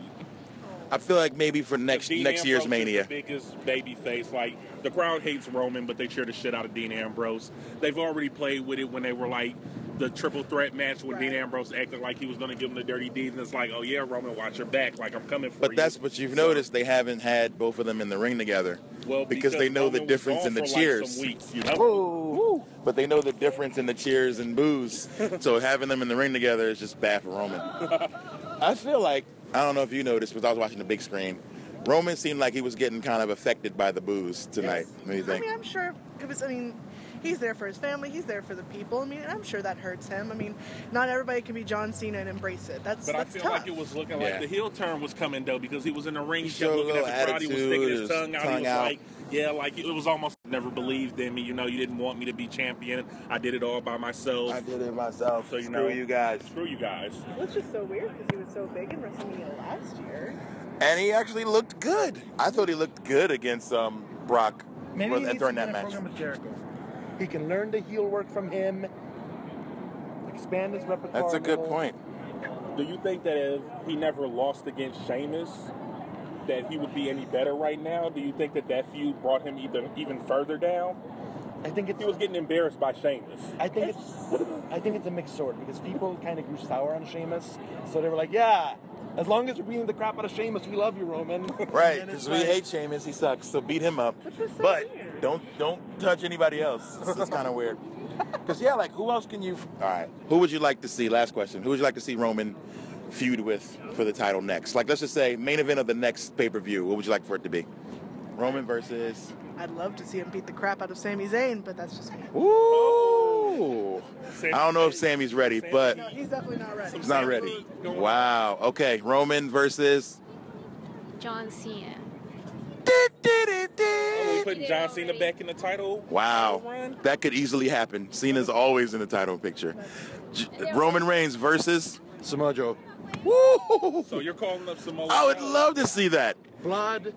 [SPEAKER 1] I feel like maybe for next
[SPEAKER 4] Dean
[SPEAKER 1] next year's
[SPEAKER 4] Ambrose is
[SPEAKER 1] Mania.
[SPEAKER 4] the biggest baby face. Like the crowd hates Roman, but they cheer the shit out of Dean Ambrose. They've already played with it when they were like the triple threat match when Dean Ambrose acted like he was going to give him the dirty deed, and it's like, oh yeah, Roman, watch your back. Like I'm coming for
[SPEAKER 1] But
[SPEAKER 4] you.
[SPEAKER 1] that's what you've noticed. They haven't had both of them in the ring together
[SPEAKER 4] Well,
[SPEAKER 1] because, they know the
[SPEAKER 4] Roman was
[SPEAKER 1] difference
[SPEAKER 4] gone
[SPEAKER 1] in the
[SPEAKER 4] for, like,
[SPEAKER 1] cheers.
[SPEAKER 4] some weeks, you know?
[SPEAKER 1] Whoa. But they know the difference in the cheers and booze. so having them in the ring together is just bad for Roman. I feel like I don't know if you noticed, but I was watching the big screen. Roman seemed like he was getting kind of affected by the booze tonight. What do you
[SPEAKER 11] I
[SPEAKER 1] think?
[SPEAKER 11] mean, I'm sure it was. I mean, he's there for his family. He's there for the people. I mean, I'm sure that hurts him. I mean, not everybody can be John Cena and embrace it. That's
[SPEAKER 4] But I
[SPEAKER 11] that's
[SPEAKER 4] feel
[SPEAKER 11] tough.
[SPEAKER 4] like it was looking
[SPEAKER 1] Yeah.
[SPEAKER 4] like the heel turn was coming though because he was in the ring, he kept
[SPEAKER 1] showed a
[SPEAKER 4] looking at
[SPEAKER 1] little
[SPEAKER 4] the crowd, he was
[SPEAKER 1] attitude,
[SPEAKER 4] sticking
[SPEAKER 1] his
[SPEAKER 4] his tongue out.
[SPEAKER 1] tongue
[SPEAKER 4] he was
[SPEAKER 1] out.
[SPEAKER 4] like, "Yeah, like it was almost never believed in me. You know, you didn't want me to be champion. I did it all by myself. I
[SPEAKER 1] did it myself.
[SPEAKER 4] So you
[SPEAKER 1] Screw
[SPEAKER 4] know,
[SPEAKER 1] you guys.
[SPEAKER 4] Screw you guys.
[SPEAKER 11] was just so weird because he was so big in WrestleMania last year.
[SPEAKER 1] And he actually looked good. I thought he looked good against um, Brock
[SPEAKER 10] Maybe
[SPEAKER 1] with-
[SPEAKER 10] he needs
[SPEAKER 1] during
[SPEAKER 10] some
[SPEAKER 1] that
[SPEAKER 10] kind
[SPEAKER 1] match.
[SPEAKER 10] of program with Jericho. He can learn the heel work from him. Expand his repertoire.
[SPEAKER 1] That's a
[SPEAKER 10] you
[SPEAKER 1] good
[SPEAKER 10] know.
[SPEAKER 1] point.
[SPEAKER 4] Do you think that if he never lost against Sheamus, that he would be any better right now? Do you think that that feud brought him even even further down?
[SPEAKER 10] I think
[SPEAKER 4] he was getting embarrassed by Sheamus.
[SPEAKER 10] I think it's I think it's a mixed sword because people kind of grew sour on Sheamus, so they were like, "Yeah, as long as you're beating the crap out of Sheamus, we love you, Roman."
[SPEAKER 1] Right,
[SPEAKER 10] And it's
[SPEAKER 1] because we
[SPEAKER 10] like-
[SPEAKER 1] hate Sheamus. He sucks. So beat him up. but don't don't touch anybody else. This is kind of weird. Because yeah, like who else can you? All right. Who would you like to see? Last question. Who would you like to see Roman feud with for the title next? Like let's just say main event of the next pay per view. What would you like for it to be? Roman versus.
[SPEAKER 11] I'd love to see him beat the crap out of Sami Zayn, but that's just me.
[SPEAKER 1] Ooh. I don't know if Sammy's ready, but
[SPEAKER 11] No, he's definitely not ready.
[SPEAKER 1] he's not ready. Wow. Okay. Roman versus.
[SPEAKER 12] John Cena.
[SPEAKER 4] Oh, we putting John Cena back in the title.
[SPEAKER 1] Wow. That could easily happen. Cena's always in the title picture. J- Roman Reigns versus Samoa Joe. Woo!
[SPEAKER 4] So you're calling up Samoa.
[SPEAKER 1] I would love to see that.
[SPEAKER 10] Blood,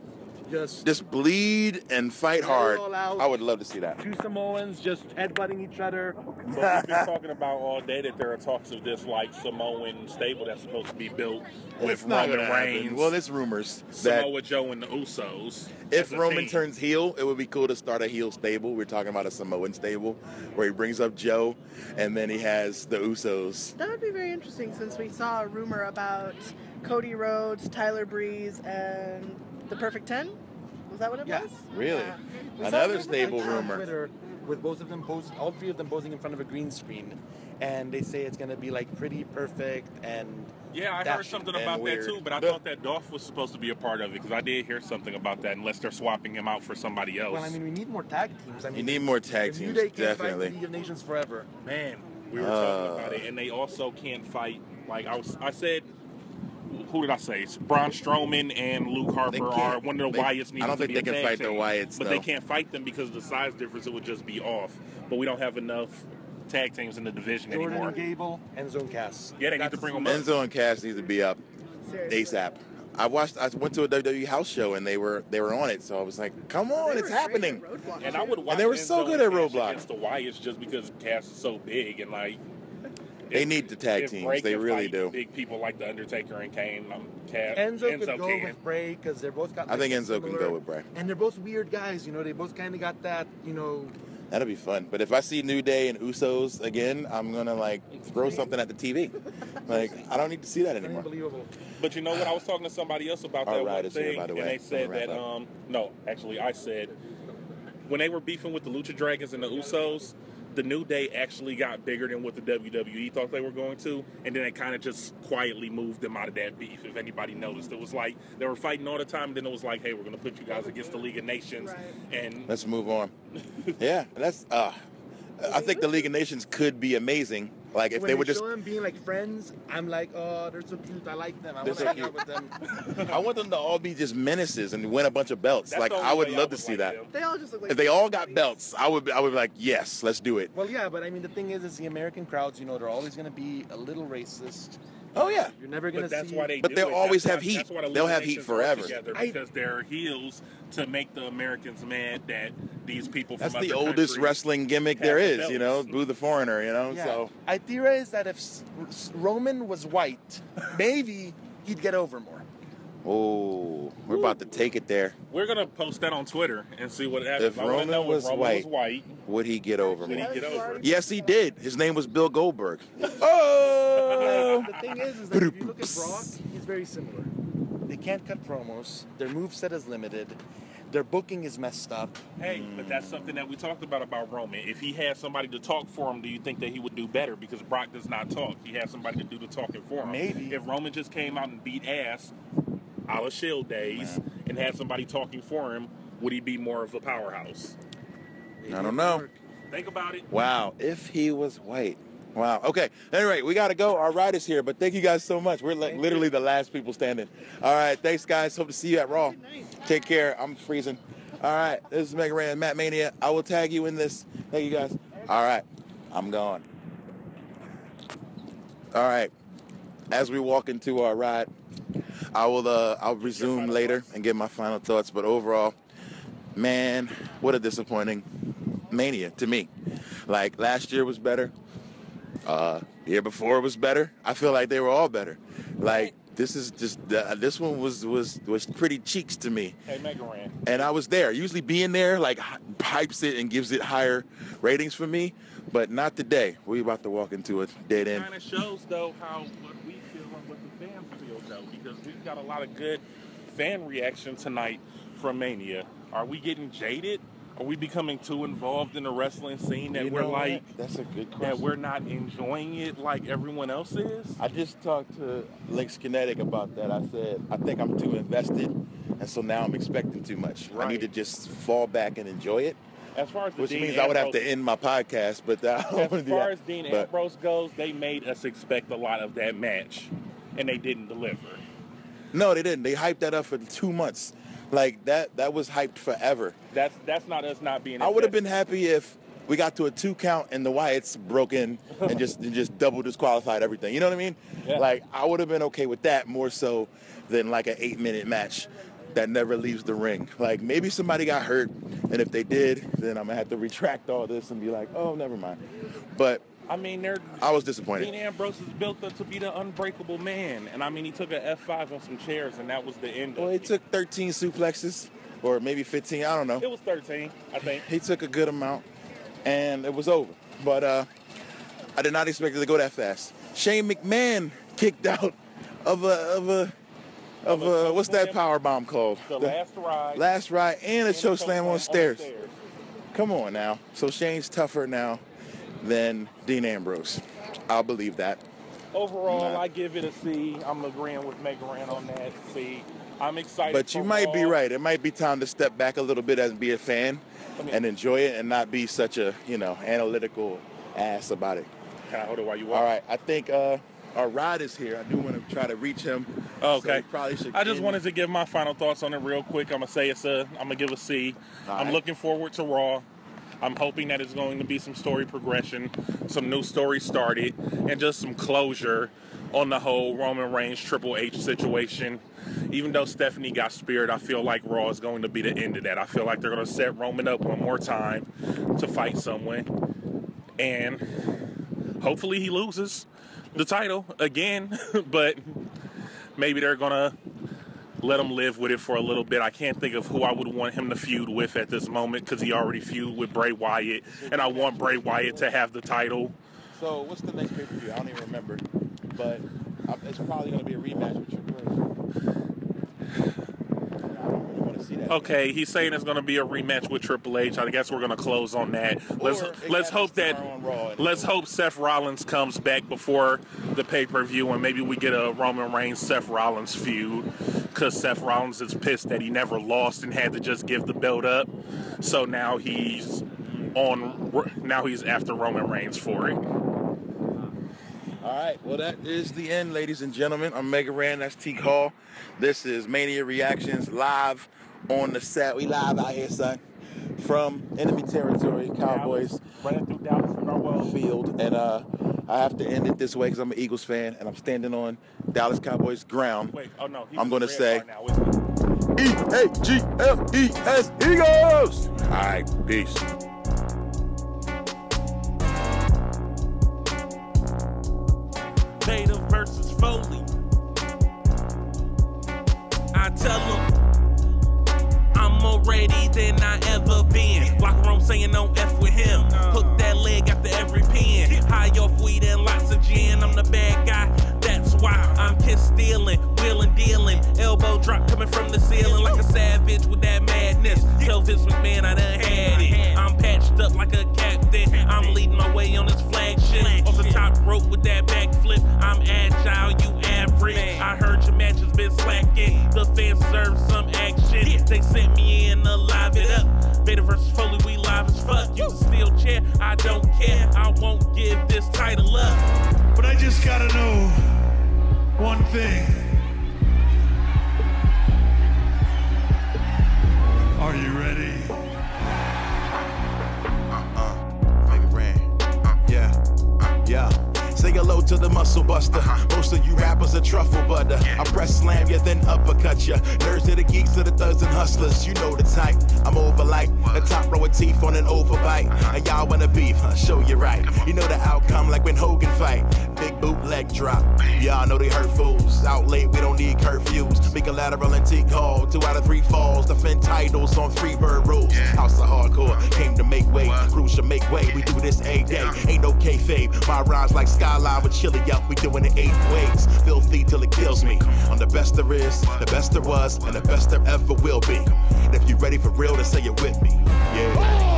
[SPEAKER 10] just
[SPEAKER 1] Just bleed and fight
[SPEAKER 10] Go
[SPEAKER 1] hard.
[SPEAKER 10] all out.
[SPEAKER 1] I would love to see that.
[SPEAKER 10] two Samoans just headbutting each other.
[SPEAKER 4] But we've been talking about all day that there are talks of this like Samoan stable that's supposed to be built with
[SPEAKER 1] It's not
[SPEAKER 4] Roman
[SPEAKER 1] gonna happen.
[SPEAKER 4] Reigns,
[SPEAKER 1] Well, it's rumors that
[SPEAKER 4] Samoa Joe, and the Usos.
[SPEAKER 1] if
[SPEAKER 4] as a
[SPEAKER 1] Roman
[SPEAKER 4] team.
[SPEAKER 1] turns heel, it would be cool to start a heel stable. We're talking about a Samoan stable where he brings up Joe and then he has the Usos.
[SPEAKER 11] That would be very interesting since we saw a rumor about Cody Rhodes, Tyler Breeze, and the Perfect Ten. Was that what it was?
[SPEAKER 1] Really?
[SPEAKER 11] Yeah.
[SPEAKER 10] We saw
[SPEAKER 1] Another
[SPEAKER 10] them
[SPEAKER 1] stable
[SPEAKER 10] on
[SPEAKER 1] rumor.
[SPEAKER 10] Twitter with both of them posed, all three of them posing in front of a green screen, and they say it's gonna be like pretty perfect and.
[SPEAKER 4] Yeah, I
[SPEAKER 10] that-
[SPEAKER 4] heard something about that too, but I thought that Dolph was supposed to be a part of it because I did hear something about that. Unless they're swapping him out for somebody else.
[SPEAKER 10] Well, I mean, we need more tag teams. I mean,
[SPEAKER 1] need more tag
[SPEAKER 10] the New
[SPEAKER 1] teams,
[SPEAKER 10] Day can't fight the
[SPEAKER 1] definitely.
[SPEAKER 10] League of Nations forever.
[SPEAKER 4] Man, we were
[SPEAKER 1] Uh.
[SPEAKER 4] talking about it, and they also can't fight. Like I was, I said who did I say? It's Braun Strowman and Luke Harper are one of the
[SPEAKER 1] they-
[SPEAKER 4] Wyatts.
[SPEAKER 1] I don't
[SPEAKER 4] needs to
[SPEAKER 1] think
[SPEAKER 4] be
[SPEAKER 1] they
[SPEAKER 4] a
[SPEAKER 1] can
[SPEAKER 4] tag
[SPEAKER 1] fight the
[SPEAKER 4] team.
[SPEAKER 1] Wyatts,
[SPEAKER 4] but they
[SPEAKER 1] though.
[SPEAKER 4] can't fight them because of the size difference. It would just be off. But we don't have enough tag teams in the division
[SPEAKER 10] Jordan
[SPEAKER 4] anymore.
[SPEAKER 10] and Gable, Enzo and Cass.
[SPEAKER 4] Yeah, they need to bring them up.
[SPEAKER 1] Enzo and Cass need to be up ASAP. I watched. I went to a WWE house show and they were they were on it. So I was like, "Come on, it's happening!"
[SPEAKER 4] And I would watch
[SPEAKER 1] And they were so
[SPEAKER 4] Enzo
[SPEAKER 1] good at
[SPEAKER 4] Cash
[SPEAKER 1] Roadblock.
[SPEAKER 4] against the Wyatts just because Cass is so big and like
[SPEAKER 1] They need the tag
[SPEAKER 4] if
[SPEAKER 1] teams.
[SPEAKER 4] Bray
[SPEAKER 1] They
[SPEAKER 4] can
[SPEAKER 1] really
[SPEAKER 4] fight
[SPEAKER 1] do.
[SPEAKER 4] Big people like the Undertaker and Kane. Um, Cass,
[SPEAKER 10] Enzo,
[SPEAKER 4] Enzo,
[SPEAKER 10] could go
[SPEAKER 4] can.
[SPEAKER 10] with Bray because they're both got.
[SPEAKER 1] I think
[SPEAKER 10] like,
[SPEAKER 1] Enzo can
[SPEAKER 10] similar-
[SPEAKER 1] go with Bray.
[SPEAKER 10] And they're both weird guys, you know. They both kind of got that, you know.
[SPEAKER 1] That'll be fun. But if I see New Day and Usos again, I'm gonna like throw something at the TV. Like I don't need to see that anymore.
[SPEAKER 10] Unbelievable.
[SPEAKER 4] But you know what? I was talking to somebody else about
[SPEAKER 1] Our
[SPEAKER 4] that
[SPEAKER 1] ride
[SPEAKER 4] one
[SPEAKER 1] is here,
[SPEAKER 4] thing,
[SPEAKER 1] by the way.
[SPEAKER 4] and they
[SPEAKER 1] I'm
[SPEAKER 4] said
[SPEAKER 1] gonna wrap
[SPEAKER 4] that
[SPEAKER 1] up.
[SPEAKER 4] um no, actually, I said when they were beefing with the Lucha Dragons and the Usos, the New Day actually got bigger than what the WWE thought they were going to, and then they kind of just quietly moved them out of that beef. If anybody noticed, it was like they were fighting all the time, and then it was like, hey, we're going to put you guys against the League of Nations, and
[SPEAKER 1] Let's move on. yeah, that's. uh I think the League of Nations could be amazing. Like if
[SPEAKER 10] when
[SPEAKER 1] they would
[SPEAKER 10] show
[SPEAKER 1] just.
[SPEAKER 10] them being like friends, I'm like, oh, they're so cute. I like them. I
[SPEAKER 1] They're
[SPEAKER 10] want
[SPEAKER 1] so
[SPEAKER 10] to hang
[SPEAKER 1] cute.
[SPEAKER 10] out with them.
[SPEAKER 1] I want them to all be just menaces and win a bunch of belts.
[SPEAKER 10] That's
[SPEAKER 1] like
[SPEAKER 10] the
[SPEAKER 1] I
[SPEAKER 10] only
[SPEAKER 1] would
[SPEAKER 10] way I
[SPEAKER 1] love
[SPEAKER 10] would
[SPEAKER 1] to see
[SPEAKER 10] like
[SPEAKER 1] that.
[SPEAKER 10] them. They all just look like
[SPEAKER 1] if they all got belts, I would. be- I would be like, yes, let's do it.
[SPEAKER 10] Well, yeah, but I mean, the thing is, is the American crowds. You know, they're always going to be a little racist.
[SPEAKER 1] Oh yeah.
[SPEAKER 10] You're never
[SPEAKER 4] But
[SPEAKER 10] going to see.
[SPEAKER 4] that's why they.
[SPEAKER 1] But
[SPEAKER 4] do
[SPEAKER 1] they'll
[SPEAKER 4] it.
[SPEAKER 1] always
[SPEAKER 4] That's
[SPEAKER 1] have
[SPEAKER 4] why-
[SPEAKER 1] heat.
[SPEAKER 4] that's why the
[SPEAKER 1] They'll
[SPEAKER 4] League
[SPEAKER 1] have
[SPEAKER 4] of
[SPEAKER 1] heat
[SPEAKER 4] Nations
[SPEAKER 1] forever.
[SPEAKER 4] work together,
[SPEAKER 1] I-
[SPEAKER 4] because they're heels to make the Americans mad that these people.
[SPEAKER 1] That's
[SPEAKER 4] from
[SPEAKER 1] the
[SPEAKER 4] other
[SPEAKER 1] oldest
[SPEAKER 4] countries
[SPEAKER 1] wrestling gimmick
[SPEAKER 4] have
[SPEAKER 1] there
[SPEAKER 4] the
[SPEAKER 1] is.
[SPEAKER 4] belts.
[SPEAKER 1] You know, boo the foreigner. You know,
[SPEAKER 10] Yeah.
[SPEAKER 1] so.
[SPEAKER 10] I theorize that if S- S- Roman was white, maybe he'd get over more.
[SPEAKER 1] Oh, we're about to take it there.
[SPEAKER 4] We're gonna post that on Twitter and see what happens.
[SPEAKER 1] If
[SPEAKER 4] I wanna
[SPEAKER 1] Roman,
[SPEAKER 4] know if
[SPEAKER 1] was,
[SPEAKER 4] Roman
[SPEAKER 1] white,
[SPEAKER 4] was white,
[SPEAKER 1] would he get over
[SPEAKER 4] would he
[SPEAKER 1] more?
[SPEAKER 4] get over?
[SPEAKER 1] Yes, he did. His name was Bill Goldberg. Oh!
[SPEAKER 10] the thing is, is that if you look at Brock, he's very similar. They can't cut promos. Their move set is limited. Their booking is messed up.
[SPEAKER 4] Hey, but that's something that we talked about about Roman. If he had somebody to talk for him, do you think that he would do better? Because Brock does not talk. He has somebody to do the talking for him.
[SPEAKER 10] Maybe.
[SPEAKER 4] If Roman just came out and beat ass, a la Shield days, and had somebody talking for him, would he be more of a powerhouse?
[SPEAKER 1] I don't know.
[SPEAKER 4] Think about it.
[SPEAKER 1] Wow, if he was white. Wow. Okay. Anyway, we got to go. Our ride is here, but thank you guys so much. We're like literally the last people standing. All right. Thanks, guys. Hope to see you at Raw. Take care. I'm freezing. All right. This is Mega Ran, Matt Mania. I will tag you in this. Thank you, guys. All right. I'm gone. All right. As we walk into our ride, I will. Uh, I'll resume later and give my final thoughts. But overall, man, what a disappointing mania to me. Like last year was better. Uh, year before was better. I feel like they were all better. Like this is just uh, this one was was was pretty cheeks to me.
[SPEAKER 4] Hey, Megaran.
[SPEAKER 1] And I was there. Usually being there like hy- hypes it and gives it higher ratings for me, but not today. We about to walk into a dead end.
[SPEAKER 4] kind of shows though how what we feel and what the fans feel though because we've got a lot of good fan reaction tonight from mania are we getting jaded are we becoming too involved in the wrestling scene that
[SPEAKER 1] You
[SPEAKER 4] we're
[SPEAKER 1] know what?
[SPEAKER 4] like
[SPEAKER 1] that's a good
[SPEAKER 4] that
[SPEAKER 1] question.
[SPEAKER 4] we're not enjoying it like everyone else is
[SPEAKER 1] I just talked to Links Kinetic about that. I said, I think I'm too invested, and so now I'm expecting too much. I need to just fall back and enjoy it.
[SPEAKER 4] As far as the
[SPEAKER 1] which
[SPEAKER 4] Dean
[SPEAKER 1] means I would have to
[SPEAKER 4] Ambrose-
[SPEAKER 1] end my podcast, but I don't wanna
[SPEAKER 4] as
[SPEAKER 1] do
[SPEAKER 4] far
[SPEAKER 1] that.
[SPEAKER 4] as Dean
[SPEAKER 1] But-
[SPEAKER 4] Ambrose goes, they made us expect a lot of that match, and they didn't deliver.
[SPEAKER 1] No, they didn't. They hyped that up for two months. Like that, that was hyped forever.
[SPEAKER 4] That's that's not us not being.
[SPEAKER 1] I would have
[SPEAKER 4] invested.
[SPEAKER 1] been happy if we got to a two count and the Wyatts broke in and just and just double disqualified everything. You know what I mean? Like I would have been okay with that more so than like an eight minute match that never leaves the ring. Like maybe somebody got hurt, and if they did, then I'm gonna have to retract all this and be like, oh, never mind. But
[SPEAKER 4] I mean, they're.
[SPEAKER 1] I was disappointed.
[SPEAKER 4] Dean Ambrose is built up to be the unbreakable man, and I mean, he took an F5 on some chairs, and that was the end.
[SPEAKER 1] Well, he took 13 suplexes, or maybe 15. I don't know.
[SPEAKER 4] It was 13, I think.
[SPEAKER 1] He took a good amount, and it was over. But uh, I did not expect it to go that fast. Shane McMahon kicked out of a of a of a what's that power bomb called?
[SPEAKER 4] The last ride.
[SPEAKER 1] Last ride and a
[SPEAKER 4] And a
[SPEAKER 1] choke
[SPEAKER 4] chokeslam
[SPEAKER 1] slam
[SPEAKER 4] on
[SPEAKER 1] on
[SPEAKER 4] the
[SPEAKER 1] stairs.
[SPEAKER 4] stairs.
[SPEAKER 1] Come on now. So Shane's tougher now than Dean Ambrose. I'll believe that.
[SPEAKER 4] Overall,
[SPEAKER 1] Nah.
[SPEAKER 4] I give it a C. I'm agreeing with Megaran on that C. I'm excited.
[SPEAKER 1] But you
[SPEAKER 4] for
[SPEAKER 1] might be
[SPEAKER 4] Raw.
[SPEAKER 1] right. It might be time to step back a little bit and be a fan and enjoy it and not be such a, you know, analytical ass about it.
[SPEAKER 4] Can I hold it while you
[SPEAKER 1] walk? All right. I think uh, our ride is here. I do want to try to reach him
[SPEAKER 4] Okay.
[SPEAKER 1] probably should
[SPEAKER 4] Oh, I just
[SPEAKER 1] end-
[SPEAKER 4] wanted to give my final thoughts on it real quick. I'm gonna say it's a. I'm gonna give a C. I'm
[SPEAKER 1] right.
[SPEAKER 4] looking forward to Raw. I'm hoping that it's going to be some story progression, some new stories started, and just some closure on the whole Roman Reigns Triple H situation. Even though Stephanie got speared, I feel like Raw is going to be the end of that. I feel like they're going to set Roman up one more time to fight someone, and hopefully he loses the title again. but maybe they're gonna let him live with it for a little bit. I can't think of who I would want him to feud with at this moment because he already feud with Bray Wyatt, and I want Bray Wyatt to have the title.
[SPEAKER 1] So what's the next pay per view? I don't even remember, but I- it's probably going to be a rematch with Triple H.
[SPEAKER 4] Okay, he's saying it's gonna be a rematch with Triple H. I guess we're gonna close on that. Let's let's hope that let's hope Seth Rollins comes back before the pay per view, and maybe we get a Roman Reigns Seth Rollins feud because Seth Rollins is pissed that he never lost and had to just give the belt up. So now he's on. Now he's after Roman Reigns for it.
[SPEAKER 1] All right. Well, that is the end, ladies and gentlemen. I'm Mega Ran. That's Teak Hall. This is Mania Reactions live on the set. We live out here, son, from enemy territory, Cowboys.
[SPEAKER 4] Running through Dallas in our well
[SPEAKER 1] field, and uh, I have to end it this way because I'm an Eagles fan, and I'm standing on Dallas Cowboys ground.
[SPEAKER 4] Wait, oh no, he's
[SPEAKER 1] I'm gonna
[SPEAKER 4] red
[SPEAKER 1] say
[SPEAKER 4] right now,
[SPEAKER 1] E A G L E S Eagles. All right, peace.
[SPEAKER 13] Vader versus Foley. I tell him I'm more ready than I ever been. Locker room saying don't F with him. Hook that leg after every pin. High off weed and lots of gin. I'm the bad guy. That's why I'm kiss stealing, wheeling, dealing. Elbow drop coming from the ceiling like a savage with that madness. Tell Vince McMahon I done had it. I'm patched up like a captain. I'm leading my way on this flagship. Off the top rope with that backflip. I'm agile, you average. I heard your match has been slacking. The fans serve some action. They sent me in to live it up. Vader versus Foley, we live as fuck. You still chair, I don't care. I won't give this title up. But I just gotta know one thing.
[SPEAKER 14] Are you ready?
[SPEAKER 15] Uh-uh. Mega Ran. Uh-uh. Yeah, Uh-uh. yeah. Say hello to the muscle buster.
[SPEAKER 14] Uh-huh.
[SPEAKER 15] Most of you rappers are truffle butter. I press slam you, then uppercut ya. Nerds to the geeks, to the thugs and hustlers. You know the type. I'm over like a top row of teeth on an overbite.
[SPEAKER 14] Uh-huh.
[SPEAKER 15] And y'all wanna beef, huh? Show you right. You know the outcome, like when Hogan fight. Big bootleg drop. Y'all know they hurt fools. Out late, we don't need curfews. Make a lateral and take call. Two out of three falls. Defend titles on Freebird rules. House of hardcore. Came to make way. Crew should make way. We do this a day. Ain't no kayfabe. My rhymes like skyline with chili up. We doing it eight ways. Filthy till it kills me. I'm the best there is, the best there was, and the best there ever will be. And if you ready for real, then say it with me. Yeah.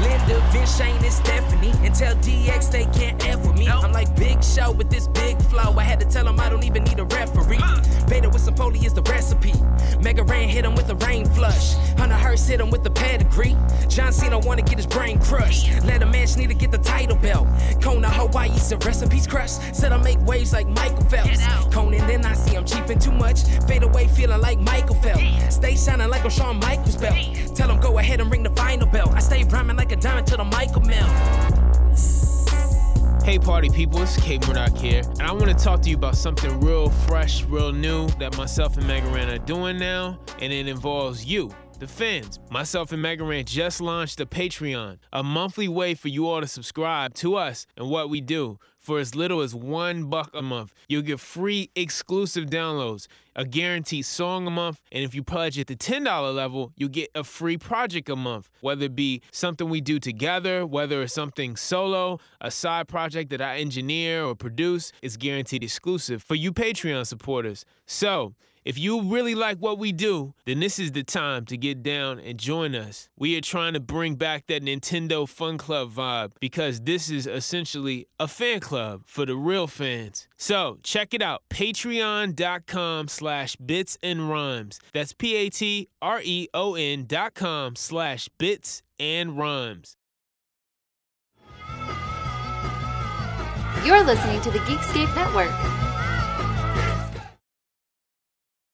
[SPEAKER 16] Linda, Vince, Shane, and Stephanie. And tell DX they can't F with me. I'm like Big Show with this big flow. I had to tell him I don't even need a referee. Vader with some poly is the recipe. Mega Ran hit him with a rain flush. Hunter Hearst hit him with the pedigree. John Cena wanna get his brain crushed. Let a man need to get the title belt. Kona, Hawaii, some recipes crushed. Said I make waves like Michael Phelps. Conan, then I see I'm cheaping too much. Fade away feeling like Michael Phelps. Stay shining like a Shawn Michaels belt. Tell him go ahead and ring the final bell. I stay rhyming like a diamond to the Michael Mel.
[SPEAKER 17] Hey, party people, it's Kate Murdoch here, and I want to talk to you about something real fresh, real new that myself and Megaran are doing now, and it involves you. The fans, myself and Megaran just launched a Patreon, a monthly way for you all to subscribe to us and what we do. For as little as one buck a month, you'll get free exclusive downloads, a guaranteed song a month, and if you pledge at the $10 level, you'll get a free project a month, whether it be something we do together, whether it's something solo, a side project that I engineer or produce, it's guaranteed exclusive for you Patreon supporters. So, if you really like what we do, then this is the time to get down and join us. We are trying to bring back that Nintendo Fun Club vibe because this is essentially a fan club for the real fans. So check it out, patreon.com slash bits and rhymes. That's E P-A-T-R-E-O-N dot com slash bits and rhymes.
[SPEAKER 12] You're listening to the Geekscape Network.